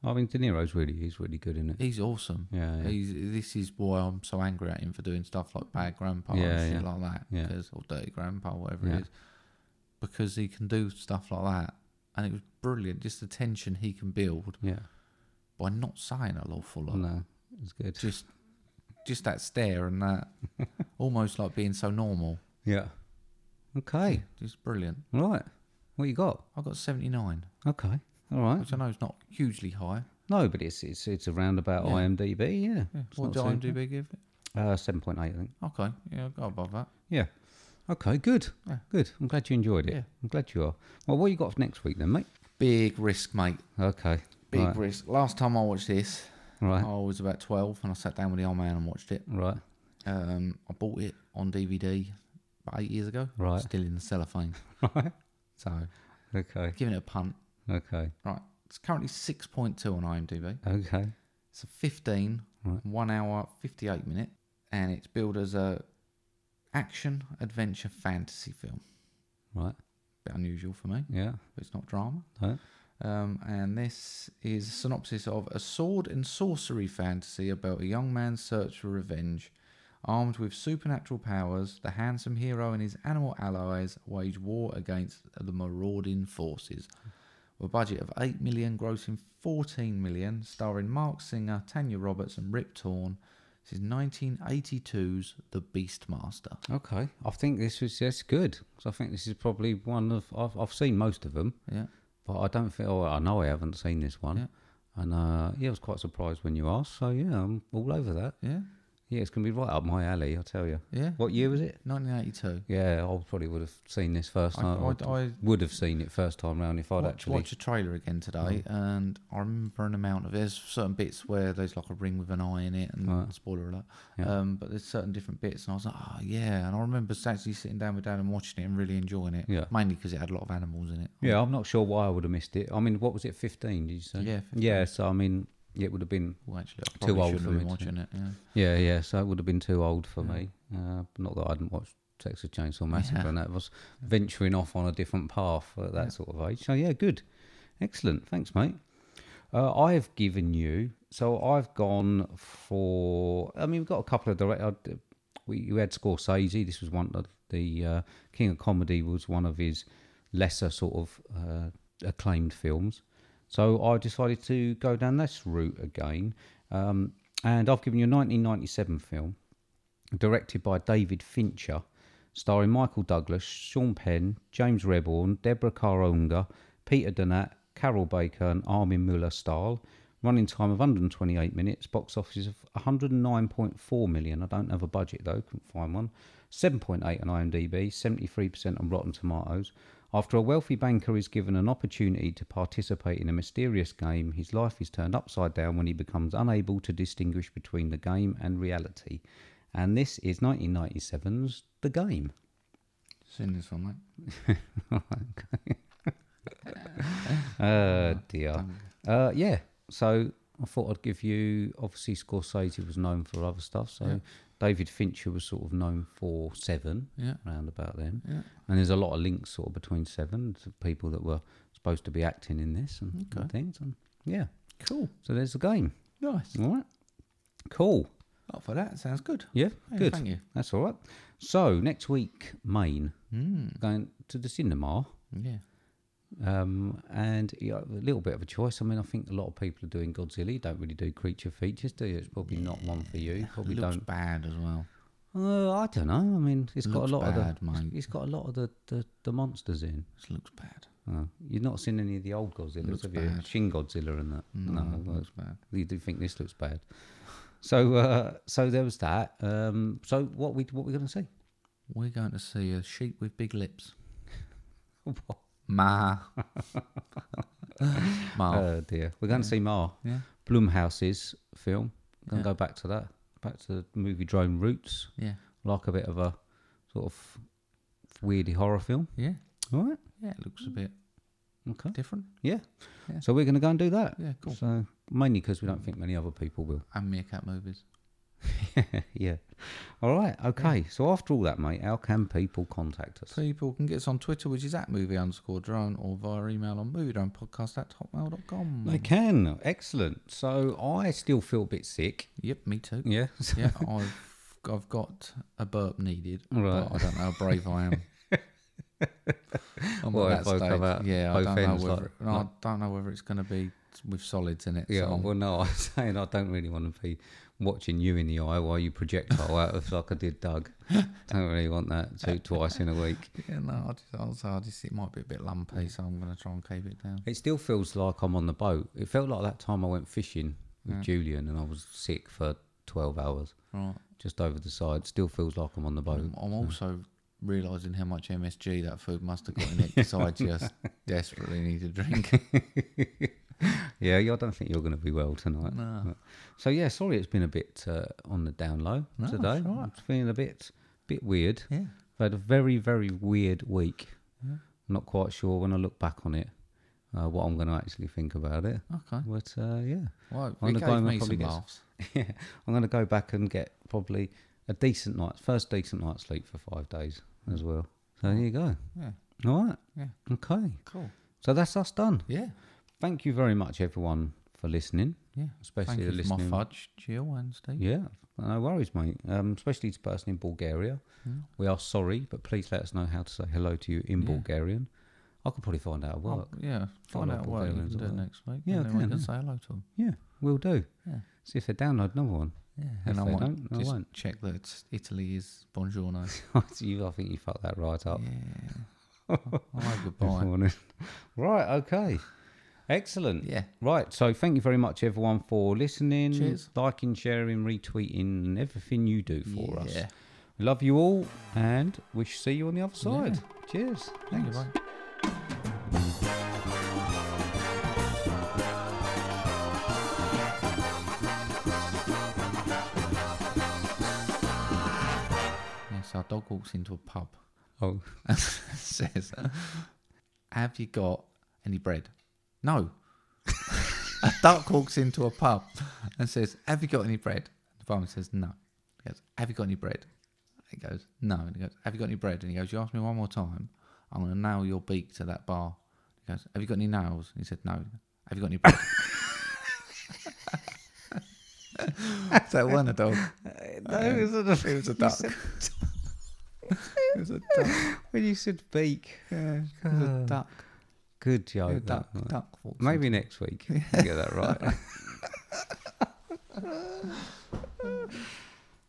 I mean De Niro's really he's really good in it.
He's awesome.
Yeah, yeah.
He's, this is why I'm so angry at him for doing stuff like Bad Grandpa
Yeah,
and shit
yeah.
like that.
Yeah.
Because, or Dirty Grandpa, whatever
Yeah.
it is. Because he can do stuff like that. And it was brilliant. Just the tension he can build
Yeah,
by not saying an awful lot.
no, it's good.
Just just that stare and
(laughs)
that almost like being so normal.
yeah. Okay,
Just brilliant.
right. What you got?
I got 79,
Okay, all right.
which I know is not hugely high.
No, but it's it's it's around about IMDb. Yeah, It's
What did
not too
IMDb give it?
bad. Uh, seven point eight, I think.
Okay, yeah, I got above that.
Yeah. Okay, good, good. I'm glad you enjoyed it.
Yeah.
I'm glad you are. Well, what you got for next week then, mate?
Big risk, mate.
Okay,
Big
right,
risk. Last time I watched this,
right,
I was about 12 and I sat down with the old man and watched it.
right.
Um, I bought it on DVD about eight years ago.
Right.
Still in the cellophane.
Right.
So,
(laughs) Okay,
giving it a punt.
okay,
Right. It's currently 6.2 on IMDb.
okay.
It's a 15,
Right.
1 hour, 58 minute. And it's billed as a action, adventure, fantasy film.
Right.
Bit unusual for me,
Yeah.
but it's not drama.
Right.
Um, and this is a synopsis of a sword and sorcery fantasy about a young man's search for revenge. Armed with supernatural powers, the handsome hero and his animal allies wage war against the marauding forces. With a budget of 8 million, grossing 14 million, starring Mark Singer, Tanya Roberts, and Rip Torn. This is 1982's The Beastmaster.
Okay, I think this was that's good 'cause I think this is probably one of I've, I've seen most of them,
Yeah.
but I don't think oh, I know I haven't seen this one, and uh, yeah, I was quite surprised when you asked. So yeah, I'm all over that.
Yeah.
Yeah, it's gonna be right up my alley, I tell you.
Yeah.
What year was it?
1982.
Yeah, I probably would have seen this first
I-
time.
I- I-
would have seen it first time round if I'd
watch,
actually. Mm-hmm.
watch a trailer again today, and I remember an amount of there's certain bits where there's like a ring with an eye in it, and spoiler alert. Um, but there's certain different bits, and I was like, oh yeah, and I remember actually sitting down with Dad and watching it and really enjoying it.
Yeah.
mainly because it had a lot of animals in it.
Yeah, I'm not sure why I would have missed it. I mean, what was it? Fifteen? Did you say?
Yeah, 15.
Mm. Yeah. So I mean, it would have been
Well, actually, I probably
old
shouldn't have
for me
been
to-
watching it. Yeah.
Yeah, yeah. So it would have been too old for me. Uh, not that I hadn't watched Texas Chainsaw Massacre, and that was venturing off on a different path at that sort of age. So yeah, good, excellent. Thanks, mate. Uh, I've given you. So I've gone for. I mean, we've got a couple of direct. I- We you had Scorsese. This was one of the uh, King of Comedy was one of his lesser sort of uh, acclaimed films. So I decided to go down this route again. Um, and I've given you a 1997 film directed by David Fincher, starring Michael Douglas, Sean Penn, James Reborn, Deborah Caronga, Peter Donat, Carol Baker, and Armin Muller Stahl. Running time of 128 minutes, box office of 109.4 million. I don't have a budget though, couldn't find one. 7.8 on IMDb, 73% on Rotten Tomatoes. After a wealthy banker is given an opportunity to participate in a mysterious game, his life is turned upside down when he becomes unable to distinguish between the game and reality. And this is 1997's The Game.
Seen this one, mate.
Oh dear. Uh, yeah. So I thought I'd give you. Obviously, Scorsese was known for other stuff. So David Fincher was sort of known for Seven.
Yeah.
Around about then.
Yeah.
And there's a lot of links sort of between Seven to people that were supposed to be acting in this and, and things. And yeah.
Cool.
So there's the game.
Nice.
All right. Cool.
Up for that. Sounds good.
Yeah.
Yeah,
good.
thank you.
That's all right. So next week, Maine. Going to the cinema.
Hmm. Yeah.
Um, and you know, a little bit of a choice. I mean, I think a lot of people are doing Godzilla. You don't really do creature features, do you? It's probably not one for you. Probably
Looks
don't.
bad as well.
Uh, I don't know. I mean, it's got
Looks
a lot
bad,
of the.
mate.
It's got a lot of the, the, the monsters in.
This looks bad.
Uh, you've not seen any of the old Godzillas,
Looks
have you?
bad.
Shin Godzilla and that. No, well,
Hmm, looks bad.
you do think this looks bad. So, uh, so there was that. Um, so what we what we gonna see? (laughs)
We're going to see a sheep with big lips.
What?
Ma. (laughs) Uh, Ma.
Oh dear, we're going to see Ma.
Yeah.
Blumhouse's film. Gonna
Yeah.
go back to that, back to the movie drone roots.
yeah.
Like a bit of a sort of weirdy horror film.
Yeah.
All right.
Yeah. It looks a bit
Okay.
different.
Yeah.
Yeah.
So we're gonna go and do that.
Yeah, cool.
So mainly because we don't think many other people will. (laughs)
And meerkat movies.
yeah. All right. Okay. So after all that, mate, how can people contact us?
People can get us on Twitter, which is at movie underscore drone, or via email on movie drone podcast at hotmail.com.
They can. Excellent. So I still feel a bit sick.
Yep, me too.
(laughs) Yeah.
yeah, I've I've got a burp needed.
Right.
But I don't know how brave I am. I'm
Well,
at
if
that
I come
stage.
out
yeah, I
both
don't know
ends,
whether
like-
no, I don't know whether it's going to be with solids in it.
Yeah,
so I'm-
well, no, (laughs) I'm saying I don't really want to be watching you in the eye while you projectile out of like I did
(laughs)
Doug. Don't really want that two twice in a week.
yeah, no, I just, also, I just it might be a bit lumpy, so I'm going to try and keep it down.
It still feels like I'm on the boat. It felt like that time I went fishing with Julian and I was sick for 12 hours
Right. Mm,
just over the side. Still feels like I'm on the boat.
I'm, I'm also realizing how much MSG that food must have got in
(laughs)
it because I just desperately need a drink.
Yeah, I don't think you're going to be well tonight. No. So yeah, sorry, it's been a bit uh, on the down low today. I'm feeling a bit, bit weird.
Yeah.
I've had a very, very weird week. I'm not quite sure when I look back on it uh, what I'm going to actually think about it.
Okay.
But uh, yeah, (laughs)
Well,
On
it
the
gave
game, I
me some
probably guess.
laughs.
yeah, I'm going to go back and get probably a decent night, first decent night's sleep for five days as well. So there you go.
Hmm. Yeah.
All right.
Yeah.
Okay.
Cool.
So that's us done.
Yeah.
Thank you very much, everyone, for listening.
Yeah.
Especially
Thank
the
you for
listening.
my fudge, Jill and Steve.
Yeah, no worries, mate. Um, especially to person in Bulgaria.
Hmm.
We are sorry, but please let us know how to say hello to you in Bulgarian. I could probably find out at work.
I'll- yeah. Find
Follow
out
up
what you
Bulgarians
can do
or that.
next week.
Yeah,
and
I
then we
can,
can
yeah.
say hello to them.
Yeah, we'll do.
Yeah.
See if they download another one.
Yeah.
If
And I
they
might
don't, I
just
won't.
check that it's- Italy is
(laughs)
buongiorno.
(laughs) you, I think you fucked that right up.
Hi,
this
goodbye.
morning. (laughs) right, okay. Excellent.
Yeah.
Right, so thank you very much, everyone, for listening,
Cheers.
liking, sharing, retweeting, and everything you do for us.
Yeah.
We love you all, and we shall see you on the other side. Cheers.
Thank you,
Thanks.
mate. Yes, our dog walks into a pub
Oh,
and (laughs) says, Have you got any bread? No. (laughs) a duck walks into a pub and says, Have you got any bread? The barman says, No. He goes, Have you got any bread? He goes, No. And he goes, Have you got any bread? And he goes, You ask me one more time, I'm going to nail your beak to that bar. He goes, Have you got any nails? And he said, No. He goes, Have you got any bread? (laughs) so it wasn't a dog.
no, it was a, it was a
duck.
it was a duck. (laughs) when you said beak, yeah,
It was a duck.
good joke.
A duck.
that, right.
duck walks into-
Maybe (laughs) next week. you get that right.